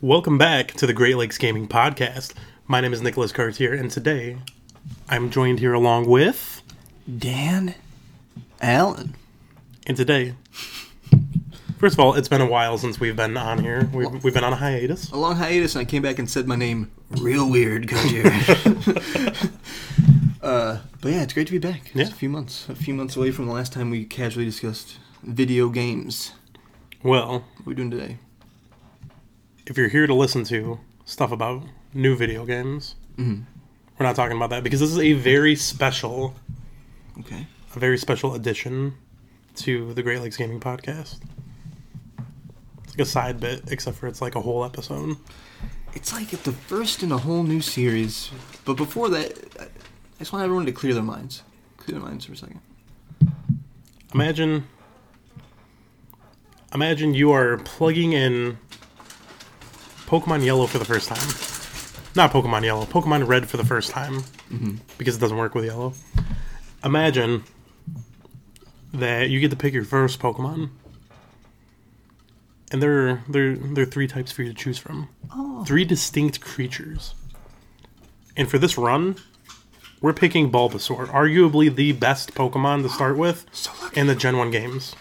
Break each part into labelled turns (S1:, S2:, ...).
S1: Welcome back to the Great Lakes Gaming Podcast. My name is Nicholas Cartier, and today I'm joined here along with,
S2: Dan Allen.
S1: and today, first of all, it's been a while since we've been on here. We've, we've been on a hiatus.
S2: A long hiatus, and I came back and said my name real weird, Gojir. uh, but yeah, it's great to be back. It's
S1: Yeah.
S2: a few months, a few months away from the last time we casually discussed video games.
S1: Well,
S2: What are we doing today?
S1: if you're here to listen to stuff about new video games, we're not talking about that because this is a very special,
S2: Okay.
S1: a very special addition to the Great Lakes Gaming Podcast. It's like a side bit, except for it's like a whole episode.
S2: It's like the first in a whole new series. But before that, I I just want everyone to clear their minds. Clear their minds for a second.
S1: Imagine Imagine you are plugging in Pokemon Yellow for the first time. Not Pokemon Yellow, Pokemon Red for the first time because it doesn't work with Yellow. Imagine that you get to pick your first Pokemon. And there are, there, there are three types for you to choose from.
S2: Oh.
S1: Three distinct creatures. And for this run, we're picking Bulbasaur, arguably the best Pokemon to start with
S2: So lucky.
S1: in the Gen 1 games.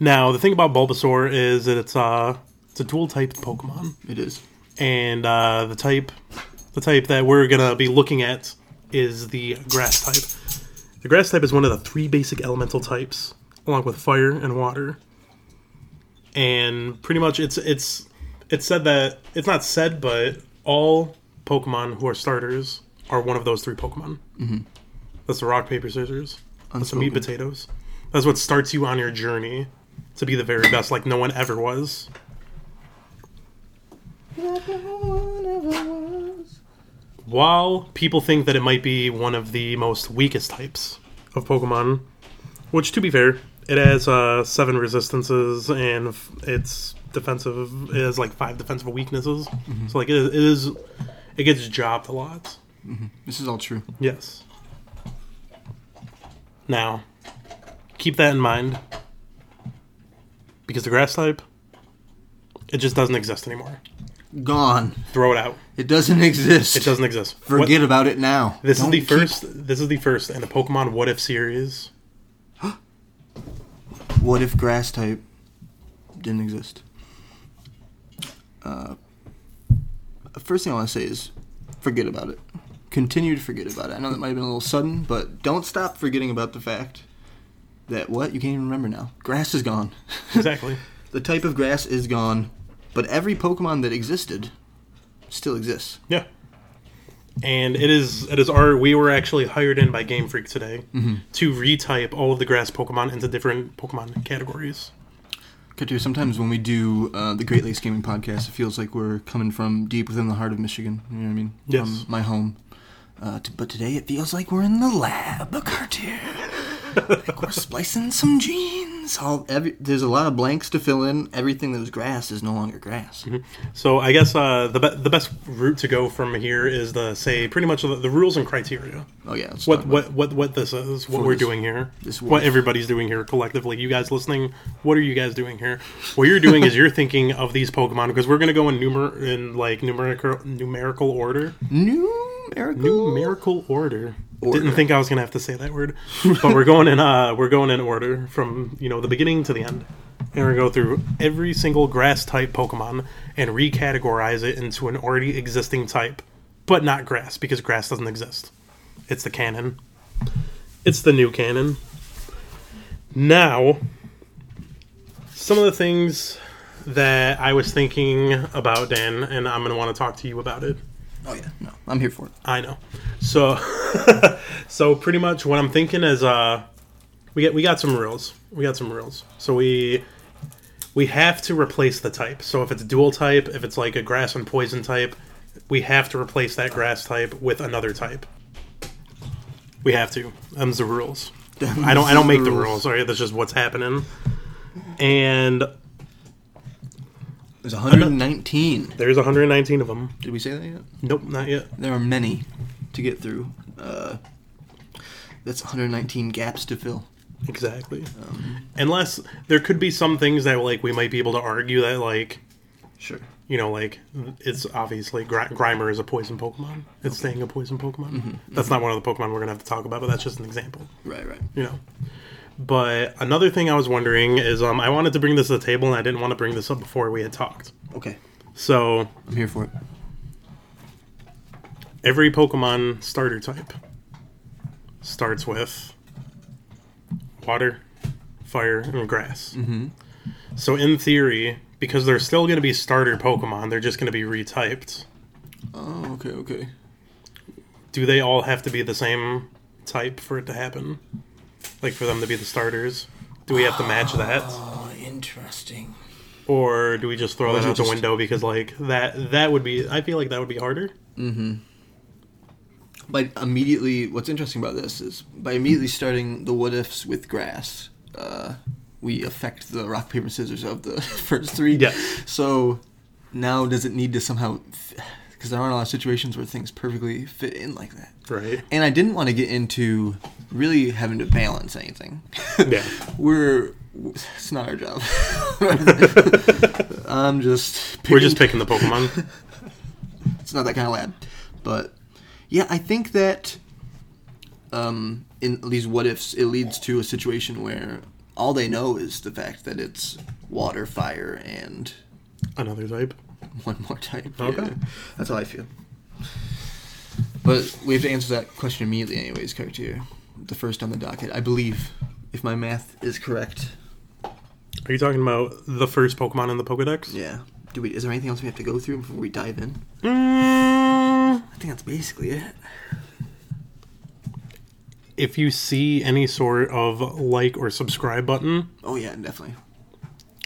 S1: Now, the thing about Bulbasaur is that it's uh it's a dual type Pokemon.
S2: It is.
S1: And uh, the type the type that we're gonna be looking at is the grass type. The grass type is one of the three basic elemental types, along with fire and water. And pretty much it's it's it's said that it's not said, but all Pokemon who are starters are one of those three Pokemon. Mm-hmm. That's the rock, paper, scissors. That's the meat
S2: Unspoken.
S1: potatoes. That's what starts you on your journey to be the very best, like no one ever was. While people think that it might be one of the most weakest types of Pokemon, which to be fair, it has uh, seven resistances and f- it's defensive. It has like five defensive weaknesses, so like it is, it is, it gets jobbed a lot.
S2: This is all true.
S1: Yes. Now, keep that in mind. Because the grass type, it just doesn't exist anymore.
S2: Gone.
S1: Throw it out.
S2: It doesn't exist.
S1: It doesn't exist. What-
S2: Forget about it now.
S1: this
S2: Don't
S1: is the
S2: keep-
S1: first. This is the first in the Pokemon What If series.
S2: What if grass type didn't exist? Uh, first thing I want to say is forget about it. Continue to forget about it. I know that might have been a little sudden, but don't stop forgetting about the fact that what? You can't even remember now. Grass is gone.
S1: Exactly.
S2: the type of grass is gone, but every Pokemon that existed still exists.
S1: Yeah. And it is it is our we were actually hired in by Game Freak today to retype all of the grass Pokemon into different Pokemon categories.
S2: Katir, sometimes when we do uh, the Great Lakes Gaming Podcast, it feels like we're coming from deep within the heart of Michigan. You know what I mean?
S1: Yes.
S2: From my home. Uh, t- but today it feels like we're in the lab, Katir. like we're splicing some genes. All every, there's a lot of blanks to fill in. Everything that was grass is no longer grass.
S1: Mm-hmm. So I guess uh, the be- the best route to go from here is to say pretty much the, the rules and criteria.
S2: Oh yeah. Let's
S1: What
S2: talk about
S1: what what what this is, what
S2: For
S1: we're
S2: this-
S1: doing here,
S2: this
S1: what
S2: wolf.
S1: everybody's doing here collectively. You guys listening, what are you guys doing here? What you're doing is you're thinking of these Pokemon because we're gonna go in numer in like numerical numerical order.
S2: numerical.
S1: Numerical order.
S2: Order.
S1: Didn't think I was gonna have to say that word, but we're going in uh we're going in order from you know the beginning to the end, and we're gonna go through every single grass type Pokemon and recategorize it into an already existing type, but not grass because grass doesn't exist. It's the canon. It's the new canon. Now, some of the things that I was thinking about, Dan, and I'm gonna want to talk to you about it.
S2: Oh yeah. No, I'm here for it.
S1: I know. So, so pretty much what I'm thinking is, uh, we get we got some rules. We got some rules. So we we have to replace the type. So if it's dual type, if it's like a grass and poison type, we have to replace that grass type with another type. We have to. Them's the rules. I don't. I don't make the rules. Sorry, that's just what's happening. And
S2: There's 119.
S1: there's 119 of them.
S2: Did we say that yet?
S1: Nope, not yet.
S2: There are many to get through. Uh, that's 119 gaps to
S1: Um,
S2: fill.
S1: Exactly. Unless there could be some things that like we might be able to argue that like
S2: Sure.
S1: You know, like it's obviously Gri- Grimer is a poison Pokemon. It's staying a poison Pokemon. That's not one of the Pokemon we're gonna have to talk about, but that's just an example.
S2: Right, right.
S1: You know. But another thing I was wondering is, um, I wanted to bring this to the table, and I didn't want to bring this up before we had talked.
S2: Okay.
S1: So
S2: I'm here for it.
S1: every Pokemon starter type starts with water, fire, and grass. Mm-hmm. So, in theory, because they're still going to be starter Pokemon, they're just going to be retyped.
S2: Oh, okay, okay.
S1: Do they all have to be the same type for it to happen? Like for them to be the starters? Do we have to match that?
S2: Oh, interesting.
S1: Or do we just throw that
S2: is it
S1: out the
S2: just-
S1: window because like that that would be I feel like that would be harder.
S2: But immediately, what's interesting about this is by immediately starting the what ifs with grass, uh, we affect the rock paper scissors of the first three.
S1: Yeah.
S2: So now does it need to somehow? Because there aren't a lot of situations where things perfectly fit in like that.
S1: Right.
S2: And I didn't want to get into really having to balance anything.
S1: Yeah.
S2: We're it's not our job. I'm just
S1: We're just picking the Pokemon.
S2: it's not that kind of lab. But yeah, I think that um, in these what ifs, it leads to a situation where all they know is the fact that it's water, fire, and
S1: Another type.
S2: one more type.
S1: Okay.
S2: that's how I feel. But we have to answer that question immediately, anyways, Cartier. The first on the docket, I believe, if my math is correct.
S1: Are you talking about the first Pokemon in the Pokedex?
S2: Yeah. Do we? Is there anything else we have to go through before we dive in?
S1: Mm,
S2: I think that's basically it.
S1: if you see any sort of like or subscribe button,
S2: Oh yeah, definitely.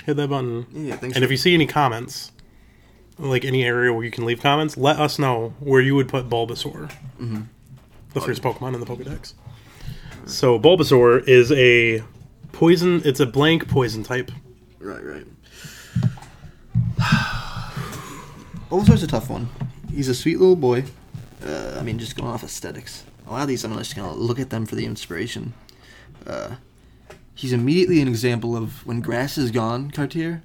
S1: hit that button.
S2: Yeah, thanks.
S1: And if you see any comments, like any area where you can leave comments, let us know where you would put Bulbasaur,
S2: Mm-hmm.
S1: the
S2: Oh,
S1: first Pokemon in the Pokedex. So Bulbasaur is a poison. It's a blank poison type.
S2: Right, right. Bulbasaur's a tough one. He's a sweet little boy. Uh, I mean, just going off aesthetics. A lot of these, I'm just gonna look at them for the inspiration. Uh, he's immediately an example of when grass is gone, Cartier.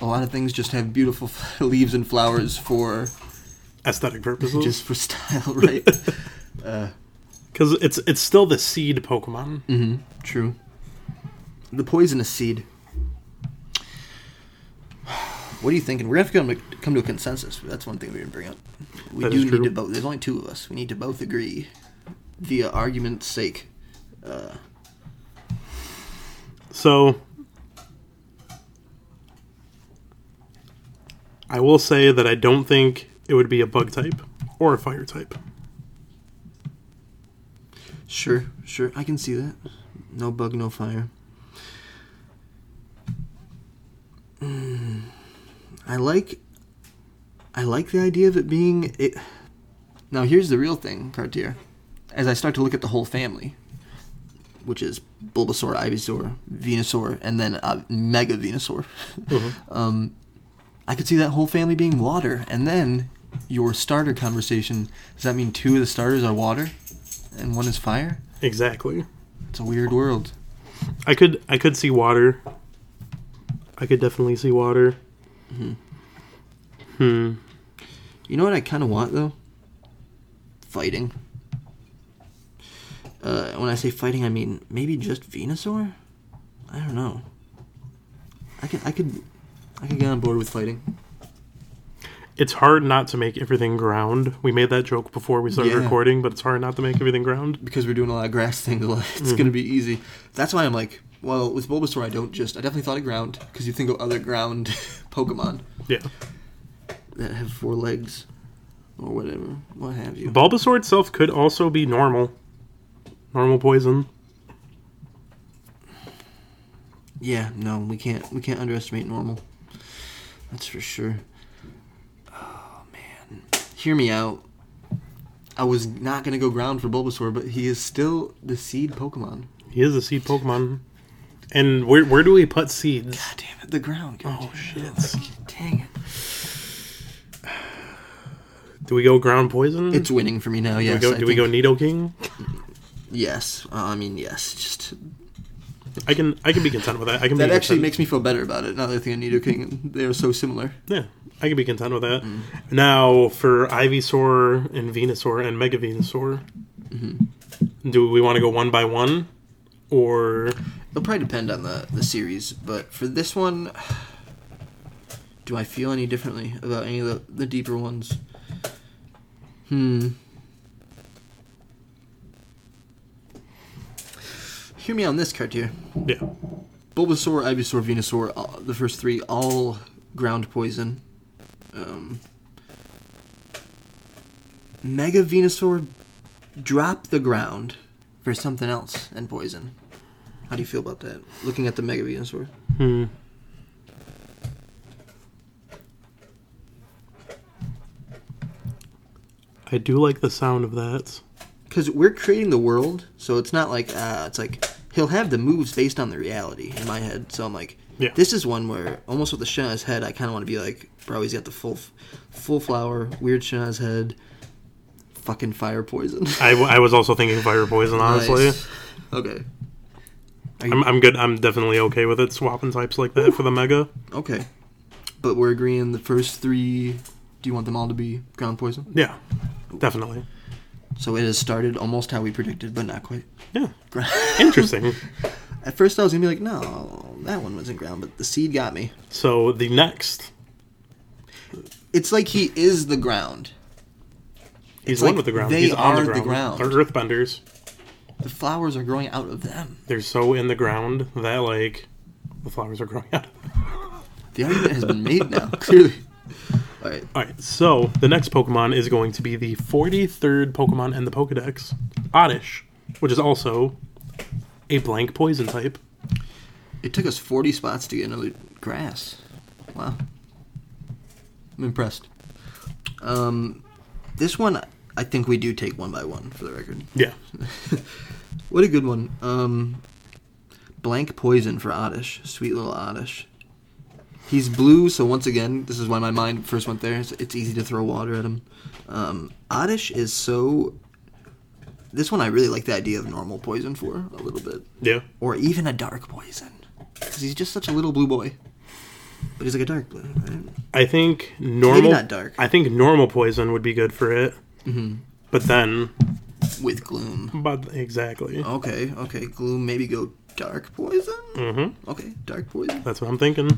S2: A lot of things just have beautiful leaves and flowers for
S1: Aesthetic purposes,
S2: just for style, right?
S1: because it's it's still the seed Pokemon.
S2: True. The poisonous seed. What are you thinking? We're gonna have to come to, come to a consensus. That's one thing we didn't bring up. We
S1: That
S2: do
S1: is
S2: need
S1: true.
S2: to both. There's only two of us. We need to both agree, via argument's sake. Uh,
S1: So I will say that I don't think it would be a bug type or a fire type.
S2: sure, sure. I can see that. No bug, no fire. Mm, I like. I like the idea of it being it. Now here's the real thing, Cartier. As I start to look at the whole family, which is Bulbasaur, Ivysaur, Venusaur, and then uh, Mega Venusaur, um, I could see that whole family being water. And then your starter conversation does that mean two of the starters are water, and one is fire?
S1: Exactly.
S2: It's a weird world.
S1: I could I could see water. I could definitely see water. Hmm.
S2: You know what I kind of want though? Fighting. Uh, when I say fighting, I mean maybe just Venusaur. I don't know. I could, I could, I could get on board with fighting.
S1: It's hard not to make everything ground. We made that joke before we started
S2: Yeah.
S1: recording, but it's hard not to make everything ground.
S2: because we're doing a lot of grass things. Like, it's gonna be easy. That's why I'm like, well, with Bulbasaur, I don't just. I definitely thought of ground because you think of other ground Pokemon
S1: Yeah.
S2: that have four legs or whatever, what have you.
S1: Bulbasaur itself could also be normal. Normal poison.
S2: Yeah, no, we can't. We can't underestimate normal. That's for sure. Oh man, hear me out. I was not gonna go ground for Bulbasaur, but he is still the seed Pokemon.
S1: He is a seed Pokemon. And where where do we put seeds?
S2: God damn it, the ground. God
S1: Oh
S2: damn it.
S1: shit.
S2: Dang it.
S1: Do we go ground poison?
S2: It's winning for me now.
S1: do we
S2: Yes.
S1: go,
S2: I
S1: do we go
S2: think-
S1: Nido King?
S2: Yes. Uh, I mean, yes. Just
S1: I can I can be content with that. I can
S2: That
S1: be
S2: actually
S1: content-
S2: makes me feel better about it. Now that I think of Nido King, they are so similar.
S1: Yeah, I can be content with that.
S2: Mm-hmm.
S1: Now for Ivysaur and Venusaur and Mega Venusaur,
S2: Mm-hmm.
S1: do we want to go one by one, or
S2: It'll probably depend on the, the series, but for this one, do I feel any differently about any of the, the deeper ones? Hmm. Hear me on this, Cartier.
S1: yeah,
S2: Bulbasaur, Ivysaur, Venusaur, all, the first three, all ground poison. Um, Mega Venusaur, drop the ground for something else and poison. How do you feel about that? Looking at the Mega Venusaur.
S1: hmm. I do like the sound of that.
S2: Because we're creating the world, so it's not like, uh, it's like, he'll have the moves based on the reality in my head. So I'm like,
S1: Yeah.
S2: this is one where, almost with the shit on his head, I kind of want to be like, bro, he's got the full, f- full flower, weird shit on his head, fucking fire poison.
S1: I, w- I was also thinking fire poison. Honestly,
S2: Nice. Okay.
S1: I'm, I'm good. I'm definitely okay with it swapping types like that for the mega.
S2: Okay. But we're agreeing the first three. Do you want them all to be ground poison?
S1: Yeah, definitely.
S2: So it has started almost how we predicted, but not quite.
S1: Yeah, interesting.
S2: At first, I was gonna be like, no, that one wasn't ground, but the seed got me.
S1: So the next,
S2: It's like he is the ground.
S1: he's
S2: It's
S1: one
S2: like
S1: with the ground.
S2: they
S1: he's on
S2: are
S1: the
S2: the
S1: ground. They're
S2: ground.
S1: earthbenders.
S2: The flowers are growing out of them.
S1: They're so in the ground that like the flowers are growing out.
S2: The argument has been made now, clearly. All right.
S1: All right. So the next Pokemon is going to be the 43rd Pokemon in the Pokedex, Oddish, which is also a blank poison type.
S2: It took us 40 spots to get another grass. Wow. I'm impressed. Um, this one, I think we do take one by one for the record.
S1: Yeah.
S2: What a good one. Um, blank poison for Oddish. Sweet little Oddish. He's blue, so once again, this is why my mind first went there. It's, it's easy to throw water at him. Um, Oddish is so. This one I really like the idea of normal poison for a little bit
S1: Yeah.
S2: or even a dark poison. Because he's just such a little blue boy. But he's like a dark blue, right?
S1: I think normal.
S2: not dark.
S1: I think normal poison would be good for it. Mm-hmm. But then,
S2: With gloom.
S1: but exactly.
S2: Okay, okay. Gloom, maybe go dark poison?
S1: Hmm.
S2: Mm-hmm. Okay, dark poison.
S1: That's what I'm thinking.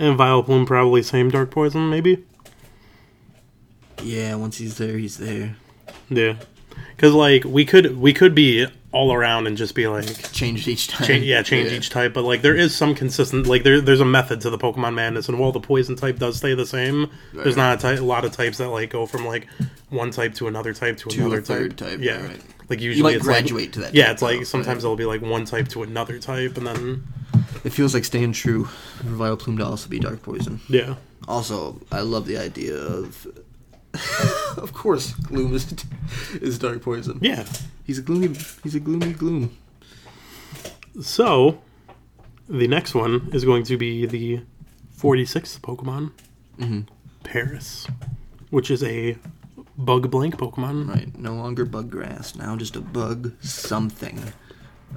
S1: And Vileplume probably same dark poison maybe.
S2: Yeah, once he's there, he's there.
S1: Yeah. Cuz like we could we could be all around and just be like
S2: Changed each time.
S1: change, yeah, change each type, but like there is some consistent like there there's a method to the Pokemon madness and while the poison type does stay the same, there's not a, ty- a lot of types that like go from like one type to another type to,
S2: To
S1: another
S2: a third type,
S1: Yeah.
S2: right.
S1: Like usually
S2: might
S1: it's like-
S2: graduate to that
S1: Yeah,
S2: type,
S1: it's like
S2: though,
S1: sometimes
S2: right?
S1: it'll be like one type to another type and then
S2: It feels like staying true for Vileplume to also be dark poison.
S1: yeah.
S2: Also, I love the idea of. of course, gloom is, is dark poison.
S1: Yeah.
S2: He's a gloomy. He's a gloomy gloom.
S1: So, the next one is going to be the 46th Pokemon,
S2: Mm-hmm.
S1: Paris, which is a bug blank Pokemon.
S2: Right, no longer bug grass, now just a bug something.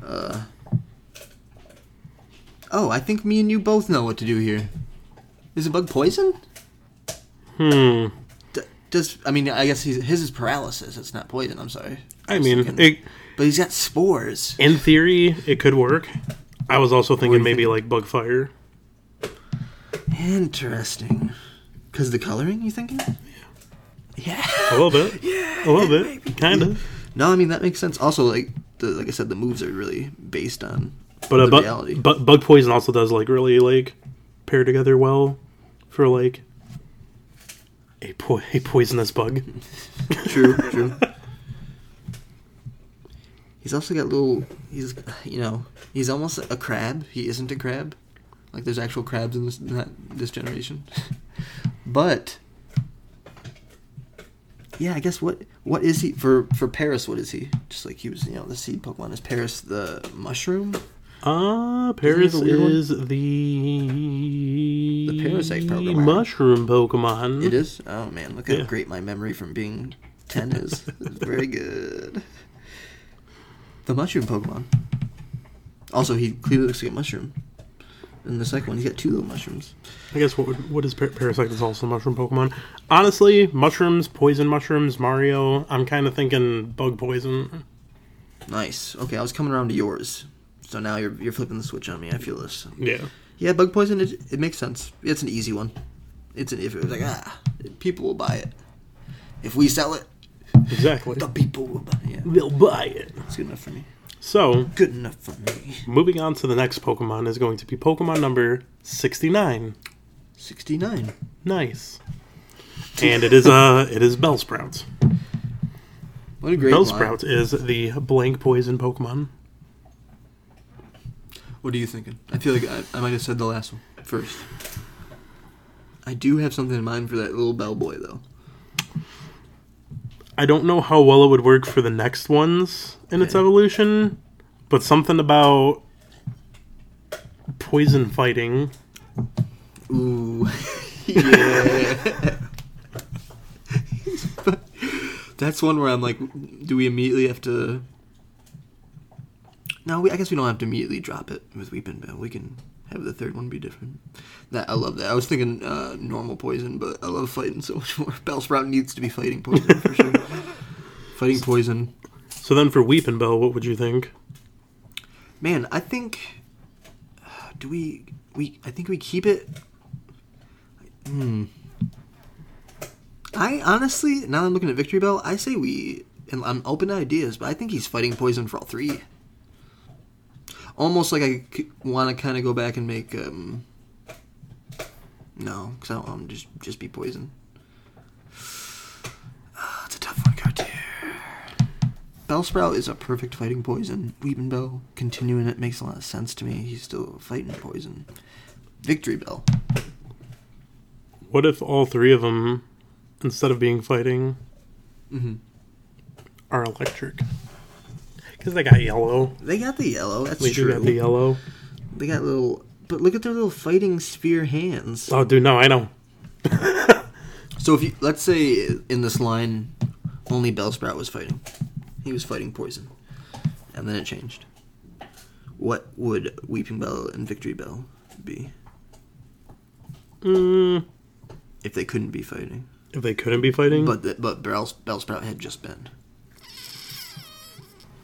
S2: Uh, oh, I think me and you both know what to do here. Is a bug poison?
S1: Hmm.
S2: D- does I mean I guess he's, his is paralysis. It's not poison. I'm sorry.
S1: I mean,
S2: thinking-
S1: it,
S2: but he's got spores.
S1: in theory, it could work. I was also thinking maybe like bug fire.
S2: Interesting. Cause the coloring, you thinking? Yeah.
S1: A little bit. yeah. A little bit. Kind of.
S2: No, I mean that makes sense. Also, like the like I said, the moves are really based on.
S1: But, uh,
S2: The reality.
S1: bu- bu- bug poison also does like really like pair together well for like a, po- a poisonous bug.
S2: True, true. He's also got little. He's, you know, he's almost a crab. He isn't a crab. Like there's actual crabs in this not this generation. but yeah, I guess what what is he for for Paris? What is he? Just like he was, you know, the seed Pokemon is Paris the mushroom,
S1: Uh, Paris
S2: Isn't it a weird one?
S1: is the
S2: The parasite Pokemon.
S1: mushroom Pokemon.
S2: It is. Oh man, look
S1: Hmm. Yeah.
S2: how great my memory from being ten is. It's very good. The mushroom Pokemon. Also, he clearly looks like a mushroom. In the second one, he's got two little mushrooms.
S1: I guess what would, what is par- Parasect is also a mushroom Pokemon. Honestly, mushrooms, poison mushrooms, Mario. I'm kind of thinking bug poison.
S2: Nice. Okay, I was coming around to yours. So now you're, you're flipping the switch on me. I feel this.
S1: Yeah.
S2: Yeah, bug poison, it, it makes sense. It's an easy one. It's an, if it was like, ah, people will buy it. If we sell it,
S1: Exactly.
S2: the people will buy it. Yeah,
S1: They'll buy it.
S2: it's good enough for me.
S1: So,
S2: Good enough for me.
S1: moving on to the next Pokemon is going to be Pokemon number 69.
S2: 69.
S1: Nice. And it is uh it is Bellsprout.
S2: What a great line.
S1: Bellsprout is the blank poison Pokemon.
S2: What are you thinking? I feel like I, I might have said the last one first. I do have something in mind for that little bellboy, though.
S1: I don't know how well it would work for the next ones in its
S2: Yeah.
S1: evolution, but something about poison fighting.
S2: Ooh. yeah. That's one where I'm like, do we immediately have to. No, we, I guess we don't have to immediately drop it with Weeping Bell. We can have the third one be different. That I love that. I was thinking uh, normal poison, but I love fighting so much more. Bellsprout needs to be fighting poison for sure. fighting poison.
S1: So then for Weeping Bell, what would you think?
S2: Man, I think do we we I think we keep it. Hmm. I honestly, now that I'm looking at Victory Bell, I say we and I'm open to ideas, but I think he's fighting poison for all three. Almost like I want to kind of go back and make um no, because I don't want him to just just be poison. Ah, it's a tough one, Cartier. Bellsprout is a perfect fighting poison. Weeping Bell continuing it makes a lot of sense to me. He's still fighting poison. Victory Bell.
S1: What if all three of them, instead of being fighting,
S2: Mm-hmm.
S1: are electric? Because they got yellow.
S2: They got the yellow. That's
S1: We do
S2: true.
S1: got the yellow.
S2: They got little, but look at their little fighting spear hands.
S1: Oh, dude, no, I know.
S2: So if you let's say in this line, only Bellsprout was fighting. He was fighting poison, and then it changed. What would Weeping Bell and Victory Bell be
S1: Mm,
S2: if they couldn't be fighting?
S1: if they couldn't be fighting,
S2: But the, but Bells, Bellsprout had just been.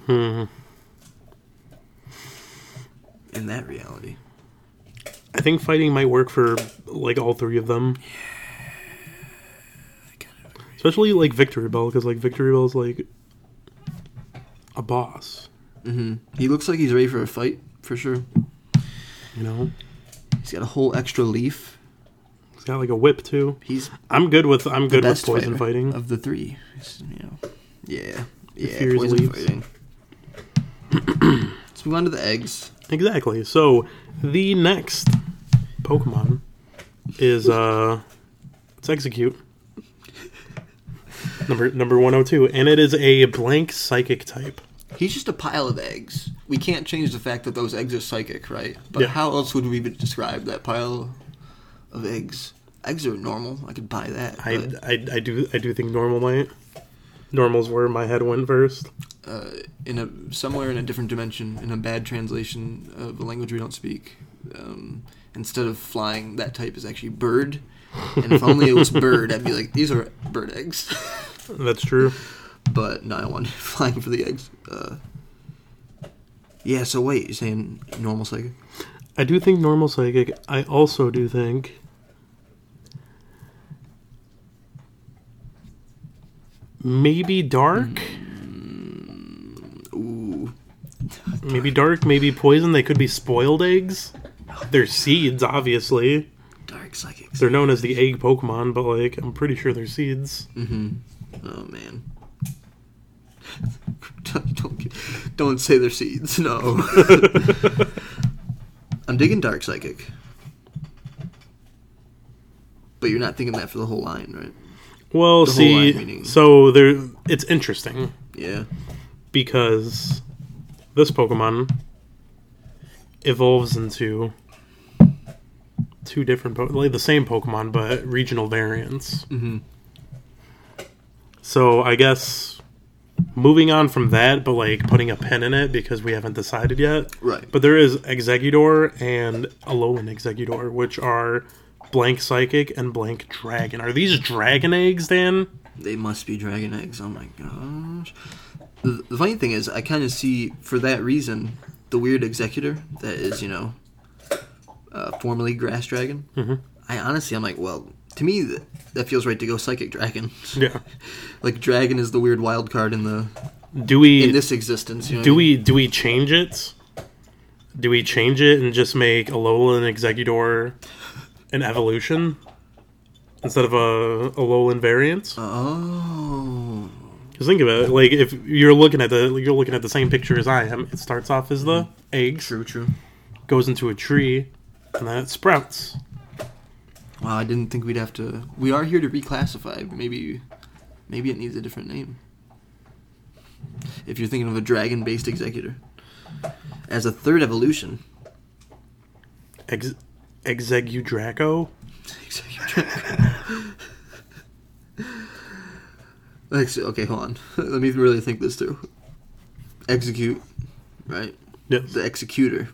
S1: Hmm.
S2: In that reality.
S1: I think fighting might work for like all three of them. Especially like Victory Bell, because like Victory Bell's like a boss,
S2: hmm He looks like he's ready for a fight for sure.
S1: you know.
S2: He's got a whole extra leaf.
S1: He's got like a whip too.
S2: He's
S1: I'm good with I'm
S2: the
S1: good with
S2: best
S1: poison
S2: fighter
S1: fighting.
S2: of the three. He's, you know, yeah, yeah,
S1: Furious
S2: poison
S1: leaves.
S2: fighting. Let's move on to the eggs.
S1: Exactly. So the next Pokemon is uh let's execute. Number number one oh two. And it is a blank psychic type.
S2: He's just a pile of eggs. We can't change the fact that those eggs are psychic, right? But
S1: Yeah.
S2: how else would we describe that pile of eggs? Eggs are normal. I could buy that.
S1: I,
S2: but,
S1: I, I do I do think normal might. Normal's where my head went first.
S2: uh, in a somewhere in a different dimension, in a bad translation of a language we don't speak, um, instead of flying, that type is actually bird. And if only it was bird, I'd be like, these are bird eggs.
S1: That's true.
S2: but no, I wanted flying for the eggs. Uh, yeah. So wait, you're saying normal psychic?
S1: I do think normal psychic. I also do think maybe dark.
S2: Ooh.
S1: Maybe dark, maybe poison. They could be spoiled eggs. They're seeds, obviously.
S2: Dark psychic.
S1: They're known as the egg Pokemon, but like I'm pretty sure they're seeds.
S2: Mm-hmm. Oh man. don't, don't get- don't say their seeds. No. I'm digging dark psychic. But you're not thinking that for the whole line, right?
S1: Well,
S2: The whole
S1: see,
S2: line meaning-
S1: so they're it's interesting.
S2: Yeah.
S1: because this Pokemon evolves into two different, po- like the same Pokemon, but regional variants.
S2: Mm-hmm.
S1: So I guess moving on from that, but like putting a pin in it because we haven't decided yet.
S2: Right.
S1: But there is Executor and Alolan Executor, which are blank psychic and blank dragon. Are these dragon eggs, Dan?
S2: They must be dragon eggs. Oh my gosh. The, the funny thing is, I kind of see, for that reason, the weird executor that is, you know, uh, formerly grass dragon. Mm-hmm. I honestly, I'm like, well, to me, th- that feels right to go psychic dragon.
S1: Yeah.
S2: like, dragon is the weird wild card in the
S1: Do we
S2: in this existence. You know
S1: do
S2: what I mean?
S1: we do we change it? Do we change it and just make Alolan Executor an evolution instead of a Alolan variant?
S2: Oh.
S1: Because think about it, like if you're looking at the you're looking at the same picture as I am, it starts off as the eggs,
S2: True, true.
S1: goes into a tree, and then it sprouts.
S2: Wow, I didn't think we'd have to. We are here to reclassify. Maybe, maybe it needs a different name. If you're thinking of a dragon-based executor, as a third evolution,
S1: Ex- Exegudraco.
S2: Ex- okay, hold on. Let me really think this through. Execute, right?
S1: Yes.
S2: The executor.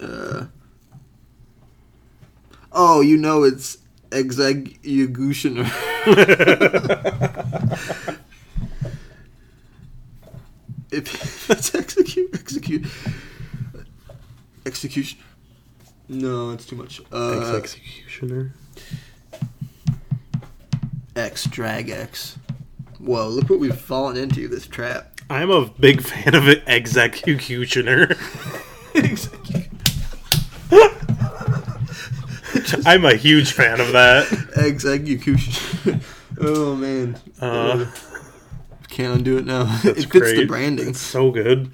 S2: Uh. Oh, you know it's executioner. if it's execute, execute, execution. No, it's too much.
S1: Ex-
S2: Uh,
S1: executioner.
S2: X drag X. Whoa, look what we've fallen into this trap.
S1: I'm a big fan of it, executioner. I'm a huge fan of that.
S2: Execution. oh man,
S1: Uh,
S2: can't undo it now. it
S1: that's
S2: fits
S1: great.
S2: the branding.
S1: It's so good.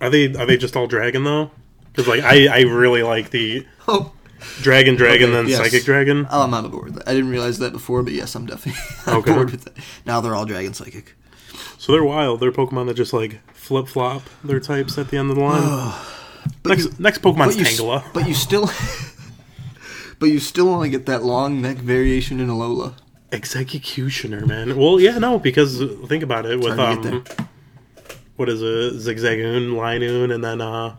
S1: Are they are they just all dragon though? Because like I I really like the
S2: Oh,
S1: dragon dragon
S2: Okay,
S1: then
S2: yes.
S1: psychic dragon.
S2: oh, I'm on board with that. I didn't realize that before, but yes, I'm definitely on
S1: Okay.
S2: board with that. Now they're all dragon psychic.
S1: So they're wild. They're Pokemon that just like flip flop their types at the end of the line.
S2: But
S1: next
S2: you-
S1: next Pokemon's
S2: but you, s-
S1: Tangela.
S2: but you still, but you still only get that long neck variation in Alola.
S1: Executioner, man. Well, yeah, no, because think about it with
S2: hard to get
S1: um, what is it, Zigzagoon, Linoon, and then uh,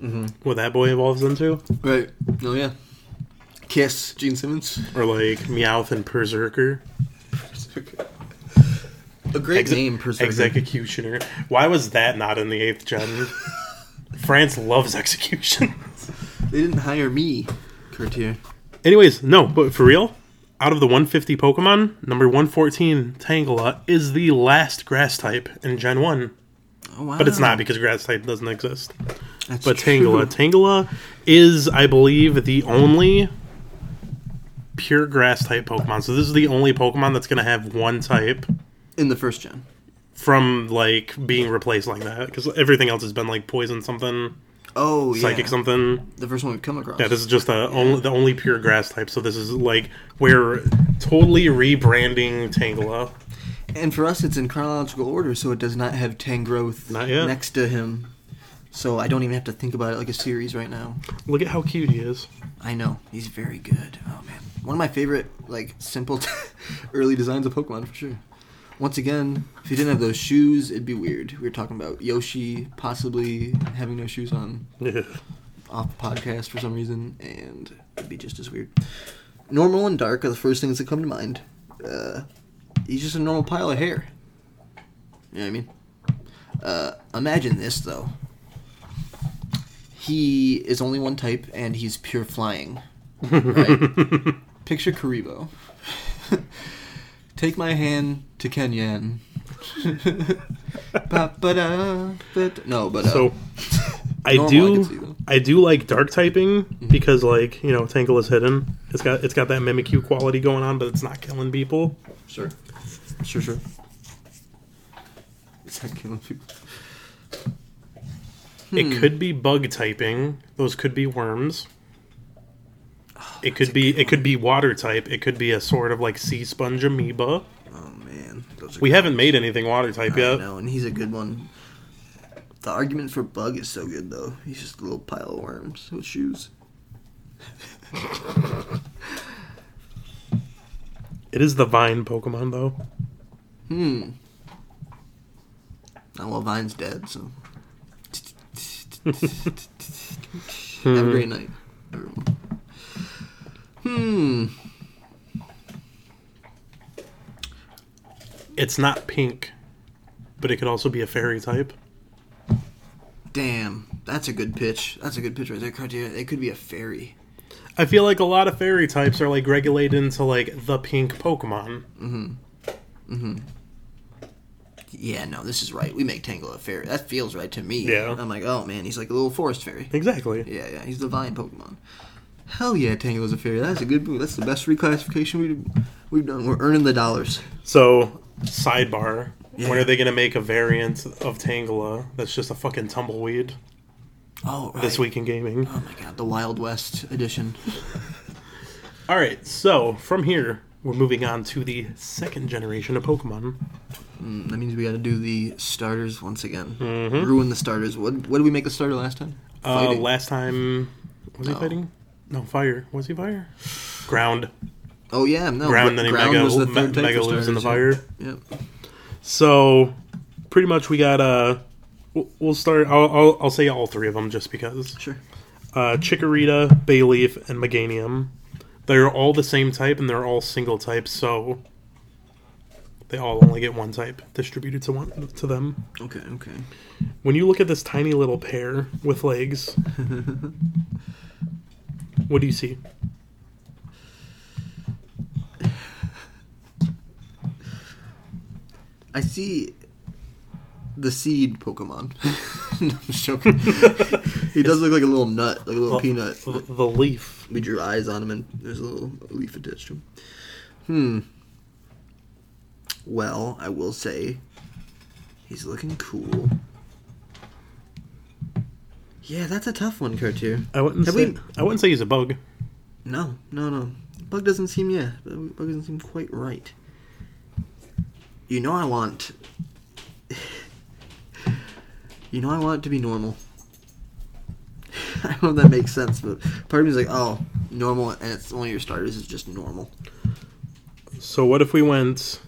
S2: Mm-hmm.
S1: what that boy evolves into,
S2: Right? Oh yeah. Kiss Gene Simmons.
S1: or like Meowth and Berserker.
S2: A great
S1: Exe-
S2: name, Berserker.
S1: Executioner. Why was that not in the eighth gen? France loves execution.
S2: They didn't hire me, Cartier.
S1: Anyways, no, but for real, out of the 150 Pokemon, number 114 Tangela is the last grass type in Gen 1.
S2: Oh wow!
S1: But it's not because grass type doesn't exist.
S2: That's
S1: But
S2: true.
S1: Tangela, Tangela is, I believe, the only pure grass type Pokemon. So this is the only Pokemon that's going to have one type
S2: in the first gen.
S1: from like being replaced like that because everything else has been like poison something,
S2: Oh yeah,
S1: psychic something.
S2: the first one we've come across.
S1: Yeah, this is just the only the only pure grass type. So this is like we're totally rebranding Tangela.
S2: and for us, it's in chronological order, so it does not have Tangrowth
S1: Not yet.
S2: next to him. So I don't even have to think about it like a series right now.
S1: Look at how cute he is.
S2: I know he's very good. Oh man, one of my favorite like simple early designs of Pokemon for sure. Once again, if he didn't have those shoes, it'd be weird. We were talking about Yoshi possibly having no shoes on off the podcast for some reason, and it'd be just as weird. Normal and dark are the first things that come to mind. Uh, he's just a normal pile of hair. You know what I mean? Uh, imagine this though. He is only one type, and he's pure flying. Right? Picture Karibo. Take my hand to Kenyan. Ba-ba-da, ba-da- no, but uh,
S1: So I
S2: Normal, I can see
S1: do
S2: them.
S1: I, do like dark typing because like, you know, Tangela's hidden. It's got it's got that Mimikyu quality going on, but it's not killing people.
S2: Sure. Sure, sure. It's not killing people.
S1: It could be bug typing. Those could be worms. It could be it could be water type. It could be a sort of like sea sponge amoeba.
S2: Oh man, those are
S1: We haven't made anything water type
S2: good. I
S1: yet.
S2: know, and he's a good one. The argument for Bug is so good though. He's just a little pile of worms with shoes.
S1: It is the vine Pokemon though.
S2: Hmm. Not well, Vine's dead, so. Have a great night, everyone. Hmm.
S1: It's not pink, but it could also be a fairy type.
S2: Damn, that's a good pitch. That's a good pitch right there, Cartier. It could be a fairy.
S1: I feel like a lot of fairy types are like regulated into like the pink Pokemon.
S2: Yeah, no, this is right. We make Tangle a fairy. That feels right to me.
S1: Yeah.
S2: I'm like, oh man, he's like a little forest fairy.
S1: Exactly.
S2: Yeah, yeah, he's the vine Pokemon. Hell yeah, Tangle's a fairy. That's a good move. That's the best reclassification we've, we've done. We're earning the dollars.
S1: So, sidebar. When
S2: Yeah.
S1: are they going to make a variant of Tangela that's just a fucking tumbleweed
S2: Oh, right.
S1: this week in gaming?
S2: Oh my god, the Wild West edition.
S1: All right, so from here, we're moving on to the second generation of Pokemon.
S2: Mm, That means we got to do the starters once again. Ruin the starters. What, what did we make the starter last time?
S1: Mm-hmm. Uh,
S2: Fighting.
S1: last time, was he
S2: No.
S1: fighting? No, fire. Was he fire? Ground.
S2: oh yeah, no.
S1: Ground, then he mega,
S2: was the
S1: me-
S2: third type
S1: mega
S2: for
S1: lives in the
S2: starters,
S1: fire.
S2: yeah. Yep.
S1: So, pretty much we got, uh, we'll- we'll start, I'll, I'll, I'll say all three of them just because.
S2: Sure.
S1: Uh, Chikorita, Bayleaf, and Meganium. They're all the same type and they're all single type, so they all only get one type distributed to one to them.
S2: Okay. Okay.
S1: When you look at this tiny little pair with legs, what do you see?
S2: I see the seed Pokemon. no, I'm just joking. he does look like a little nut, like a little peanut.
S1: The, the leaf.
S2: We drew eyes on him, and there's a little leaf attached to him. Hmm. Well, I will say, he's looking cool. Yeah, that's a tough one, Cartier.
S1: I wouldn't
S2: Have
S1: say.
S2: we-
S1: I wouldn't say he's a bug.
S2: No, no, no. Bug doesn't seem yeah. Bug doesn't seem quite right. You know I want. you know I want it to be normal. I don't know if that makes sense, but part of me is like, oh, normal, and it's one of your starters is just normal.
S1: So what if we went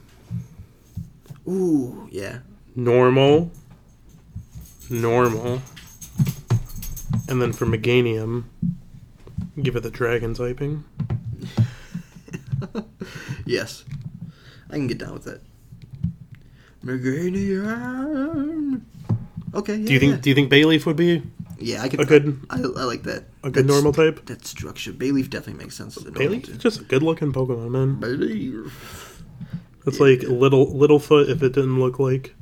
S2: Ooh, yeah.
S1: normal, normal, and then for Meganium, give it the dragon typing.
S2: Yes. I can get down with that. Meganium. um, Okay. Yeah,
S1: Do you think? Do you think Bayleaf would be
S2: Yeah, yeah I could.
S1: a good-
S2: I, I like that.
S1: a good normal type?
S2: That structure. Bayleaf definitely makes sense. as a normal
S1: Bayleaf,
S2: too.
S1: is just a good looking Pokemon, man.
S2: Bayleaf.
S1: It's like little Littlefoot. If it didn't look like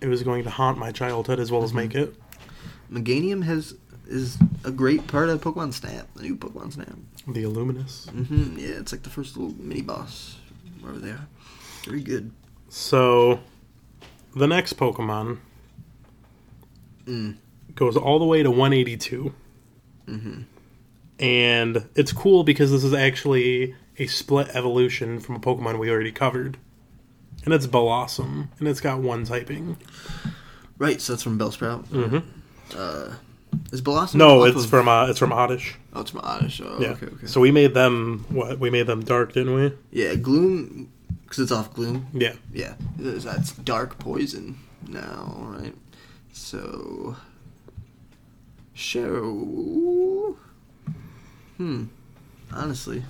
S1: it was going to haunt my childhood as well as make it.
S2: Meganium has is a great part of Pokemon Snap, the new Pokemon Snap.
S1: The Illuminous.
S2: hmm Yeah, it's like the first little mini boss over there. Very good.
S1: So, the next Pokemon
S2: Mm,
S1: goes all the way to 182.
S2: mm-hmm.
S1: And it's cool because this is actually a split evolution from a Pokemon we already covered. And it's Blossom, and it's got one typing.
S2: Right, so that's from Bellsprout.
S1: Mhm.
S2: Uh, is Blossom?
S1: No,
S2: off
S1: it's
S2: of-
S1: from uh, it's from Oddish.
S2: Oh, it's from Oddish. Oh,
S1: Yeah.
S2: okay, okay.
S1: So we made them what? We made them dark, didn't we?
S2: yeah, Gloom, because it's off Gloom.
S1: Yeah.
S2: Yeah, that's that's Dark Poison now, right? So, show. Hmm. Honestly,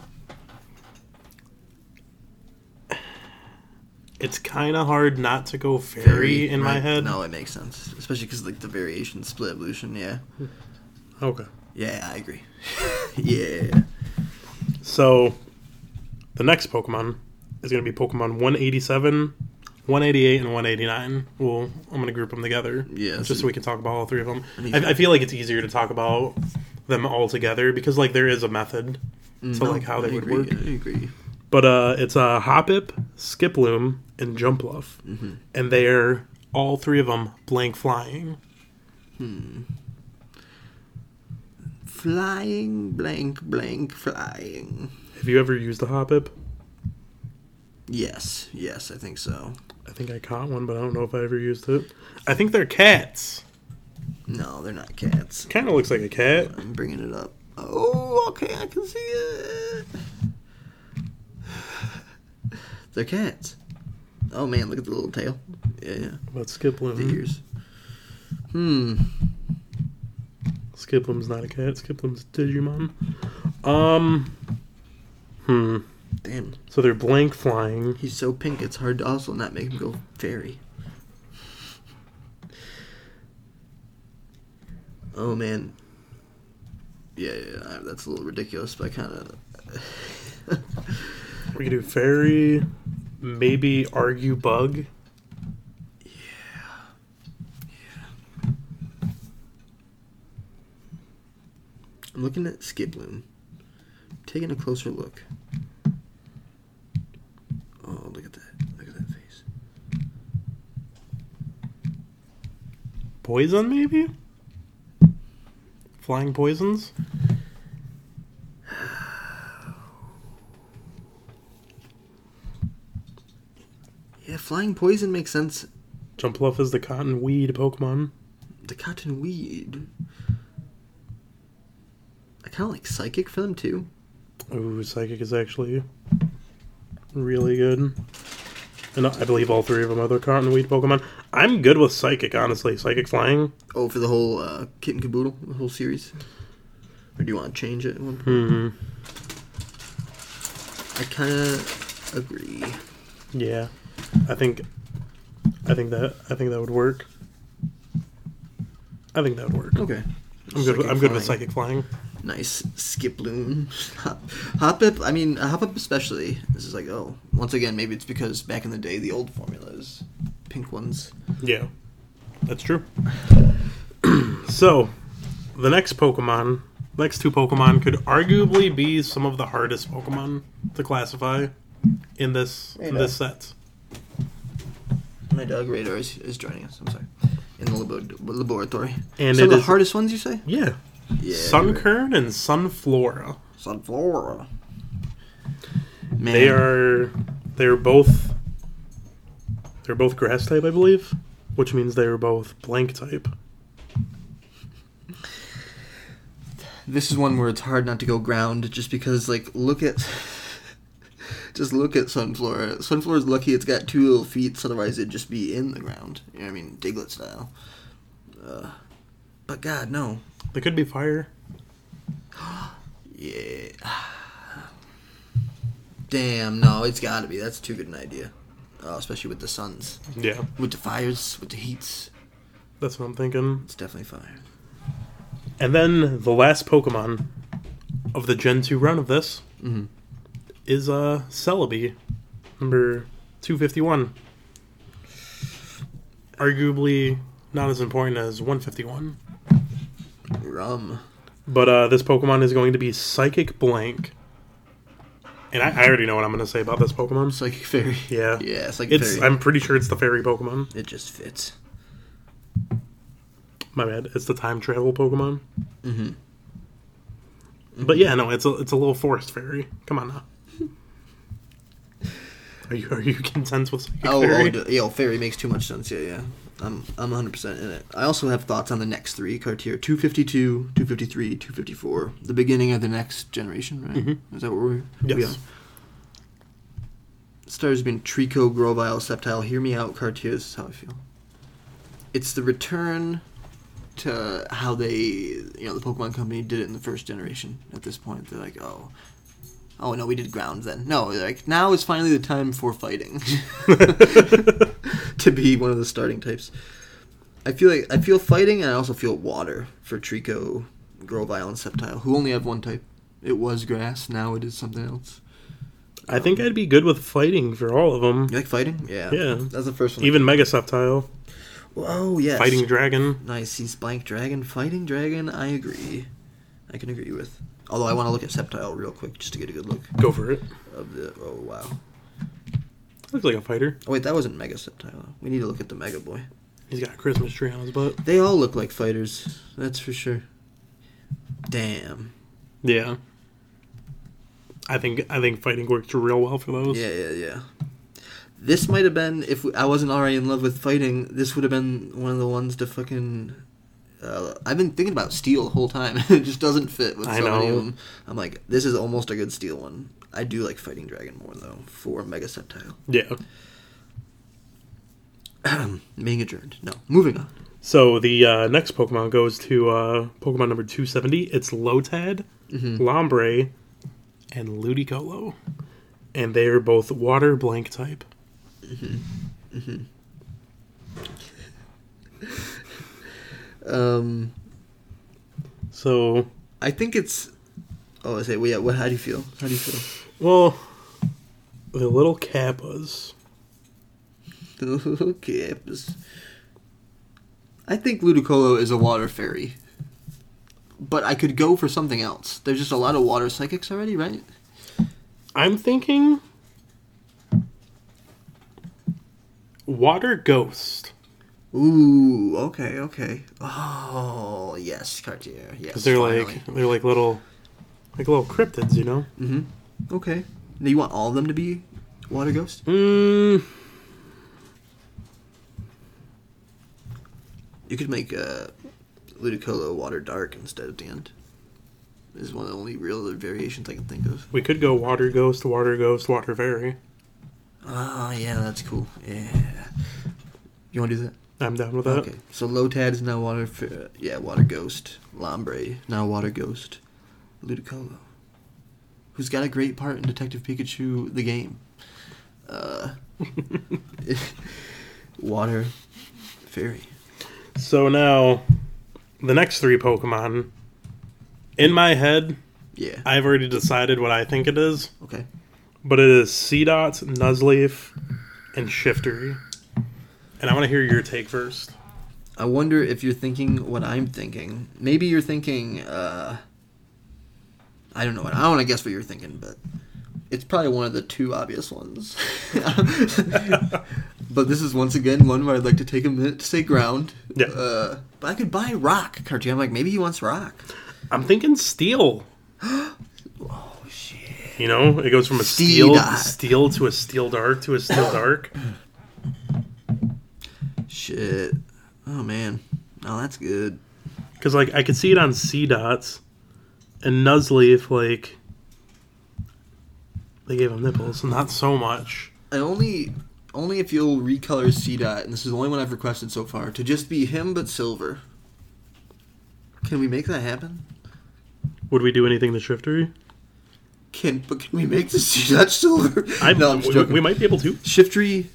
S1: It's kind of hard not to go fairy, in my
S2: right?
S1: head.
S2: No, it makes sense, especially because like the variation, split evolution. Yeah,
S1: Okay.
S2: yeah, I agree. yeah,
S1: So, the next Pokemon is going to be Pokemon 187, 188, and 189. Well, I'm going to group them together.
S2: Yeah,
S1: Just
S2: so-
S1: so, we can talk about all three of them.
S2: need
S1: I,
S2: to-
S1: I feel like it's easier to talk about them all together because, like, there is a method to, like, how they
S2: Mm-hmm. I
S1: would
S2: agree,
S1: work.
S2: I agree.
S1: But uh, it's uh, Hoppip, Skiploom, and Jumpluff. And they're all three of them blank flying.
S2: Flying, blank, blank, flying.
S1: Have you ever used a Hoppip?
S2: Yes, yes, I think so.
S1: I think I caught one, but I don't know if I ever used it. I think they're cats.
S2: No, they're not cats.
S1: Kind of looks like a cat.
S2: I'm bringing it up. Oh, okay, I can see it. They're cats. Oh man, look at the little tail. Yeah, yeah.
S1: But Skip
S2: The
S1: Loom.
S2: ears. Hmm.
S1: Skip Loom's not a cat. Skip Loom's Digimon. Um. Hmm.
S2: Damn.
S1: So they're blank flying.
S2: He's so pink, it's hard to also not make him go fairy. Oh man. Yeah, yeah, yeah, that's a little ridiculous, but I kind of.
S1: We could do fairy, maybe argue bug.
S2: I'm looking at Skiploom. Taking a closer look. Oh, look at that! Look at that face.
S1: Poison, maybe? Flying poisons?
S2: Yeah, flying poison makes sense.
S1: Jumpluff is the cotton weed Pokemon.
S2: The cotton weed. I kind of like psychic for them too.
S1: Ooh, Psychic is actually really good. And I believe all three of them are the cottonweed Pokemon. I'm good with Psychic, honestly. Psychic flying.
S2: Oh, for the whole uh, Kit and Caboodle, the whole series? Or do you want to change it? at one point?
S1: Hmm.
S2: I kind of agree.
S1: Yeah. I think. I think that. I think that would work. I think that would work.
S2: Okay.
S1: I'm good. With, I'm good with
S2: Psychic
S1: psychic flying.
S2: flying. Nice skip loom. Hop, hop up. I mean, uh, hop up especially. This is like, oh, once again, maybe it's because back in the day, the old formulas, pink ones.
S1: Yeah, that's true. so, the next Pokemon, next two Pokemon, could arguably be some of the hardest Pokemon to classify in this in
S2: Radar.
S1: this set.
S2: My dog Radar is, is joining us. I'm sorry. In the labo- laboratory.
S1: And
S2: so
S1: it
S2: the
S1: is-
S2: hardest ones, you say?
S1: Yeah,
S2: Yeah. you're right.
S1: Sunkern and Sunflora.
S2: Sunflora. Man,
S1: They are they're both they're both grass type, I believe, which means they are both blank type.
S2: This is one where it's hard not to go ground just because, like, look at. Just look at Sunflora. Sunflora's lucky it's got two little feet, so otherwise it'd just be in the ground. You know what I mean? Diglett style. Uh, but God, no.
S1: They could be fire.
S2: Yeah. Damn, no, it's gotta be. That's too good an idea. Uh, especially with the suns.
S1: Yeah,
S2: With the fires, with the heats.
S1: that's what I'm thinking.
S2: It's definitely fire.
S1: And then the last Pokemon of the Gen 2 run of this
S2: Mhm.
S1: is uh Celebi, number 251. Arguably not as important as 151.
S2: Rum.
S1: But uh, this Pokemon is going to be Psychic Blank. And I, I already know what I'm going to say about this Pokemon.
S2: Psychic Fairy.
S1: Yeah.
S2: Yeah, Psychic
S1: It's
S2: Fairy.
S1: I'm pretty sure it's the fairy Pokemon.
S2: It just fits.
S1: My bad. It's the time travel Pokemon.
S2: Mm-hmm.
S1: But yeah, no, it's a it's a little forest fairy. Come on now. Are you are you content with psychic
S2: Oh,
S1: fairy?
S2: oh, d- yo, fairy makes too much sense. Yeah, yeah. I'm I'm 100% in it. I also have thoughts on the next three Cartier 252, 253, 254. The beginning of the next generation, right? Is that what we're we
S1: Mm-hmm. Yes.
S2: are? Stars been Trico, Grovile, Septile. Hear me out, Cartier. This is how I feel. It's the return to how they, you know, the Pokemon Company did it in the first generation at this point. They're like, oh, oh no, we did ground then. No, like now is finally the time for fighting to be one of the starting types. I feel like I feel fighting, and I also feel water for Trico, Grovyle, and Septile, who only have one type. It was grass, now it is something else. Um,
S1: I think I'd be good with fighting for all of them.
S2: You like fighting? Yeah.
S1: Yeah.
S2: That's the first one.
S1: Even Mega Septile,
S2: oh yes.
S1: Fighting Dragon.
S2: Nice. He's blank dragon. Fighting dragon. I agree. I can agree with. Although I want to look at Septile real quick just to get a good look
S1: Go for it.
S2: of the. Oh wow.
S1: Looks like a fighter.
S2: Oh wait, that wasn't Mega Septile. We need to look at the Mega Boy.
S1: He's got a Christmas tree on his butt.
S2: They all look like fighters. That's for sure. Damn.
S1: Yeah. I think I think fighting works real well for those.
S2: Yeah, yeah, yeah. This might have been if I wasn't already in love with fighting. This would have been one of the ones to fucking. Uh, I've been thinking about steel the whole time. it just doesn't fit with so
S1: I
S2: many of
S1: know.
S2: them. I'm like, this is almost a good steel one. I do like fighting dragon more though for Mega Septile.
S1: Yeah.
S2: Being adjourned. No. Moving on.
S1: So the uh, next Pokemon goes to uh, Pokemon number 270. It's Lotad, Lombre, and Ludicolo. And they are both water blank type.
S2: Um,
S1: So,
S2: I think it's. Oh, I say, well, yeah. What? How do you feel? How do you feel?
S1: well, the little Kappas.
S2: okay. it was- I think Ludicolo is a water fairy. But I could go for something else. There's just a lot of water psychics already, right?
S1: I'm thinking water ghost
S2: Ooh, okay, okay. Oh, yes, Cartier. Yes.
S1: because they're
S2: finally.
S1: like they're like little like little cryptids, you know.
S2: Mm-hmm. Okay. Now you want all of them to be water ghosts?
S1: Mm,
S2: You could make uh, Ludicolo water dark instead at the end. Is one of the only real other variations I can think of.
S1: we could go water ghost, water ghost, water fairy.
S2: Oh, yeah, that's cool. Yeah. You want to do that?
S1: I'm down with that.
S2: Okay, so Lotad is now water. f- uh, Yeah, water ghost. Lombre now water ghost. Ludicolo, who's got a great part in Detective Pikachu the game. Uh, water fairy.
S1: So now, the next three Pokemon. In my head,
S2: Yeah.
S1: I've already decided what I think it is,
S2: Okay.
S1: but it is Seedot, Nuzleaf, and Shiftery. And I want to hear your take first.
S2: I wonder if you're thinking what I'm thinking. Maybe you're thinking. Uh, I don't know what. I don't want to guess what you're thinking, but it's probably one of the two obvious ones. but this is once again one where I'd like to take a minute to say ground.
S1: Yeah.
S2: Uh, but I could buy rock, Cartier. I'm like, maybe he wants rock.
S1: I'm thinking steel.
S2: Oh shit.
S1: You know, it goes from a steel
S2: Steedot.
S1: steel to a steel dark to a steel dark.
S2: Shit. Oh man. Oh, that's good.
S1: Because like I could see it on C dots, and Nuzleaf like they gave him nipples, not so much.
S2: And only, only if you'll recolor C dot, and this is the only one I've requested so far to just be him but silver. Can we make that happen?
S1: Would we do anything to Shiftery?
S2: Can but can we make the C dot silver?
S1: I
S2: no, I'm just
S1: we,
S2: joking.
S1: we might be able to.
S2: Shiftry.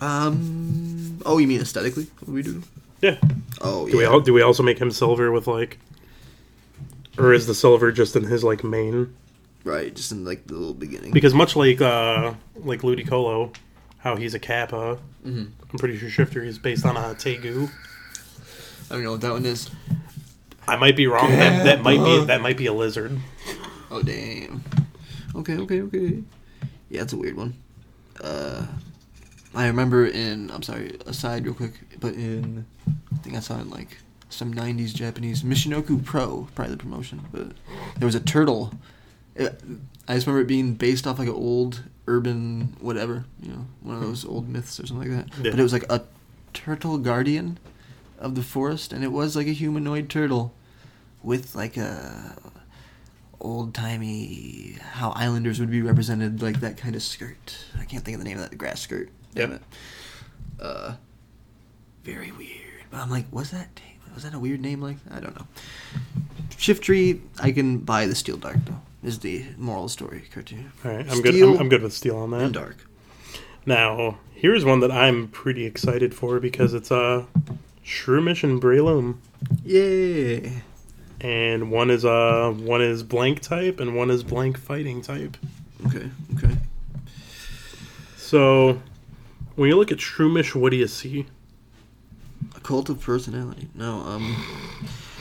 S2: Um. Oh, you mean aesthetically? What do we do?
S1: Yeah.
S2: Oh,
S1: Do we
S2: yeah.
S1: al- do we also make him silver with like, or is the silver just in his like mane?
S2: right, just in like the little beginning.
S1: Because much like uh like Ludicolo, how he's a Kappa,
S2: Mm-hmm.
S1: I'm pretty sure Shiftery is based on a Tegu.
S2: I don't know what that one is.
S1: I might be wrong. That, that might be that might be a lizard.
S2: Oh damn. Okay, okay, okay. Yeah, it's a weird one. Uh, I remember in I'm sorry, aside real quick, but in I think I saw it in like some '90s Japanese Mishinoku Pro, probably the promotion, but there was a turtle. It, I just remember it being based off like an old urban whatever, you know, one of those old myths or something like that.
S1: Yeah.
S2: But it was like a turtle guardian of the forest, and it was like a humanoid turtle with like a old timey how islanders would be represented, like that kind of skirt. I can't think of the name of that grass skirt. Damn
S1: Yep.
S2: it. Uh, very weird. But I'm like, was that was that a weird name? Like I don't know. Shift tree. I can buy the steel dark though. Is the moral story cartoon?
S1: All right, I'm good.
S2: Steel
S1: I'm, I'm good with steel on
S2: And
S1: that.
S2: dark.
S1: Now, here's one that I'm pretty excited for because it's uh, Shroomish and Breloom,
S2: Yay!
S1: and one is uh one is blank type and one is blank fighting type.
S2: Okay. Okay.
S1: So, when you look at Shroomish, what do you see?
S2: A cult of personality. No. Um.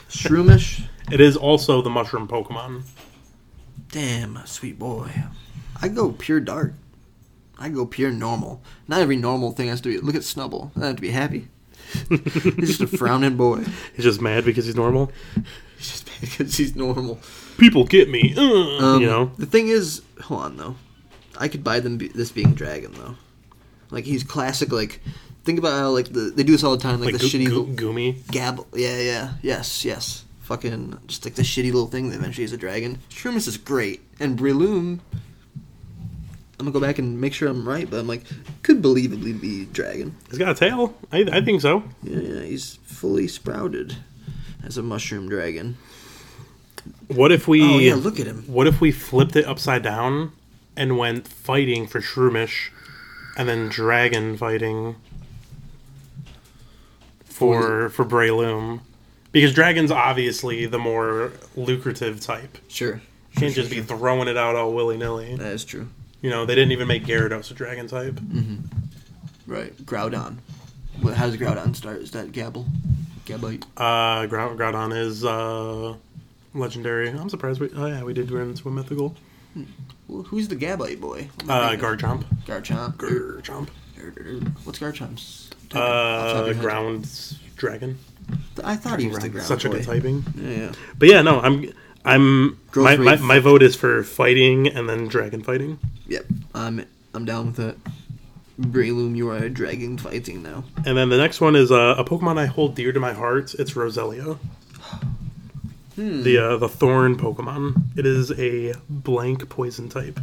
S2: Shroomish.
S1: It is also the mushroom Pokemon.
S2: Damn, sweet boy. I go pure dark. I go pure normal. Not every normal thing has to be. Look at Snubble. I have to be happy. He's just a frowning boy.
S1: He's just mad because he's normal.
S2: He's just mad because he's normal.
S1: People get me, uh,
S2: Um,
S1: you know.
S2: The thing is, hold on though. I could buy them be- this being dragon though. Like he's classic. Like think about how like the they do this all the time. Like,
S1: Like goo-
S2: the shitty
S1: goo-
S2: little
S1: Goomy.
S2: gabble. Yeah, yeah, yes, yes. Fucking just like the shitty little thing that eventually is a dragon. Shroomus is great, and Breloom. I'm gonna go back and make sure I'm right, but I'm like, could believably be dragon.
S1: He's got a tail. I, I think so.
S2: Yeah, yeah, he's fully sprouted as a mushroom dragon.
S1: What if we?
S2: Oh yeah, look at him.
S1: What if we flipped it upside down and went fighting for Shroomish, and then dragon fighting for for Breloom? Because dragon's obviously the more lucrative type.
S2: Sure,
S1: You can't just be throwing it out all willy nilly.
S2: that is true.
S1: You know they didn't even make Gyarados a dragon type.
S2: Right, Groudon. Well, how does Groudon start? Is that Gabble? Gabite.
S1: Uh, Groud- Groudon is uh, legendary. I'm surprised we. Oh yeah, we did run into a mythical.
S2: Well, who's the Gabite boy?
S1: Uh, Garchomp.
S2: Garchomp.
S1: Garchomp.
S2: What's Garchomp's? type? Off the top of
S1: Uh,
S2: your head.
S1: ground dragon.
S2: I thought he was the ground.
S1: Such a
S2: boy.
S1: good typing.
S2: Yeah, yeah.
S1: But yeah, no, I'm. I'm
S2: Growth
S1: my, my,
S2: rate.
S1: my vote is for fighting and then dragon fighting.
S2: Yep. I'm I'm down with it. Breloom, you are a dragon fighting now.
S1: And then the next one is uh, a Pokemon I hold dear to my heart. It's Roselia. The uh, the thorn Pokemon. It is a blank poison type.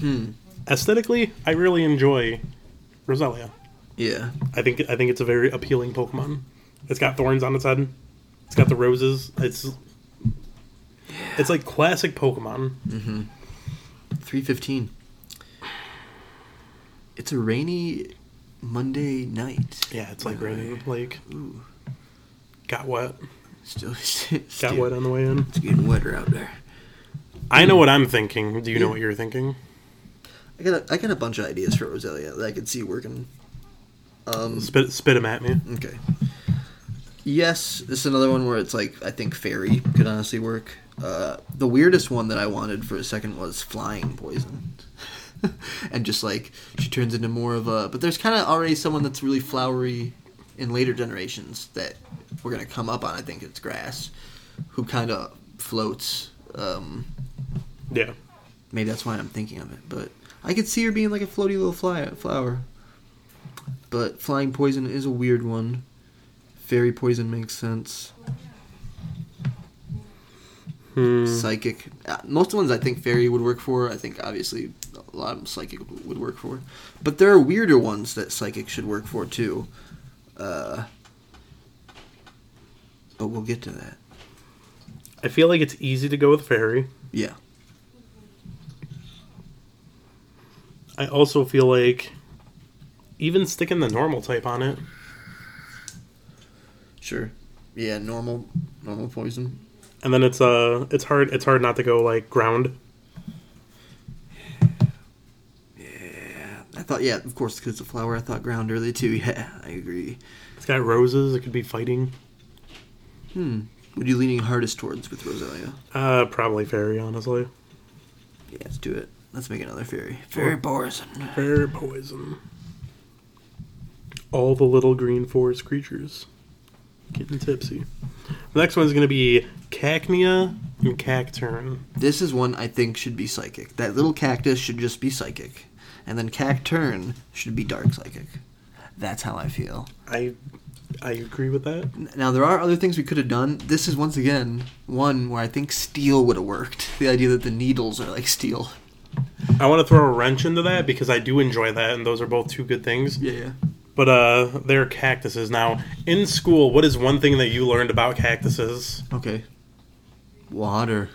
S1: Hmm. Aesthetically, I really enjoy Roselia.
S2: Yeah.
S1: I think I think it's a very appealing Pokemon. It's got thorns on its head. It's got the roses. It's it's like classic Pokemon.
S2: 315. It's a rainy Monday night.
S1: Yeah, it's like raining like got wet.
S2: Still, still
S1: Got wet on the way in.
S2: It's getting wetter out there.
S1: I know what I'm thinking. Do you know
S2: Yeah.
S1: what you're thinking?
S2: I got a, I got a bunch of ideas for Roselia that I could see working. Um.
S1: Spit spit 'em at me.
S2: Okay. Yes, this is another one where it's like I think fairy could honestly work. Uh, the weirdest one that I wanted for a second was flying poison, and just like she turns into more of a. But there's kind of already someone that's really flowery in later generations that we're gonna come up on. I think it's grass, who kind of floats. Um,
S1: Yeah.
S2: Maybe that's why I'm thinking of it. But I could see her being like a floaty little fly flower. But flying poison is a weird one. Fairy poison makes sense.
S1: Hmm.
S2: Psychic. Uh, most of the ones I think fairy would work for. I think obviously a lot of them psychic would work for. But there are weirder ones that psychic should work for too. Uh, but we'll get to that.
S1: I feel like it's easy to go with fairy.
S2: Yeah.
S1: I also feel like even sticking the normal type on it.
S2: Sure. Yeah. Normal. Normal poison.
S1: And then it's uh it's hard it's hard not to go like ground.
S2: I thought, yeah, of course, because it's a flower. I thought ground early too. Yeah, I agree.
S1: It's got roses, it could be fighting.
S2: What are you leaning hardest towards with Roselia?
S1: Uh probably fairy, honestly.
S2: Yeah, let's do it. Let's make another fairy. Fairy poison.
S1: Fairy poison. All the little green forest creatures. Getting tipsy. The next one's gonna be Cacnea and Cacturn.
S2: This is one I think should be psychic. That little cactus should just be psychic, and then Cacturn should be dark psychic. That's how I feel.
S1: I I agree with that.
S2: N- Now there are other things we could have done. This is once again one where I think steel would have worked. The idea that the needles are like steel.
S1: I wanna throw a wrench into that because I do enjoy that and those are both two good things.
S2: Yeah, yeah.
S1: But uh they're cactuses. Now, in school, what is one thing that you learned about cactuses?
S2: Okay. Water.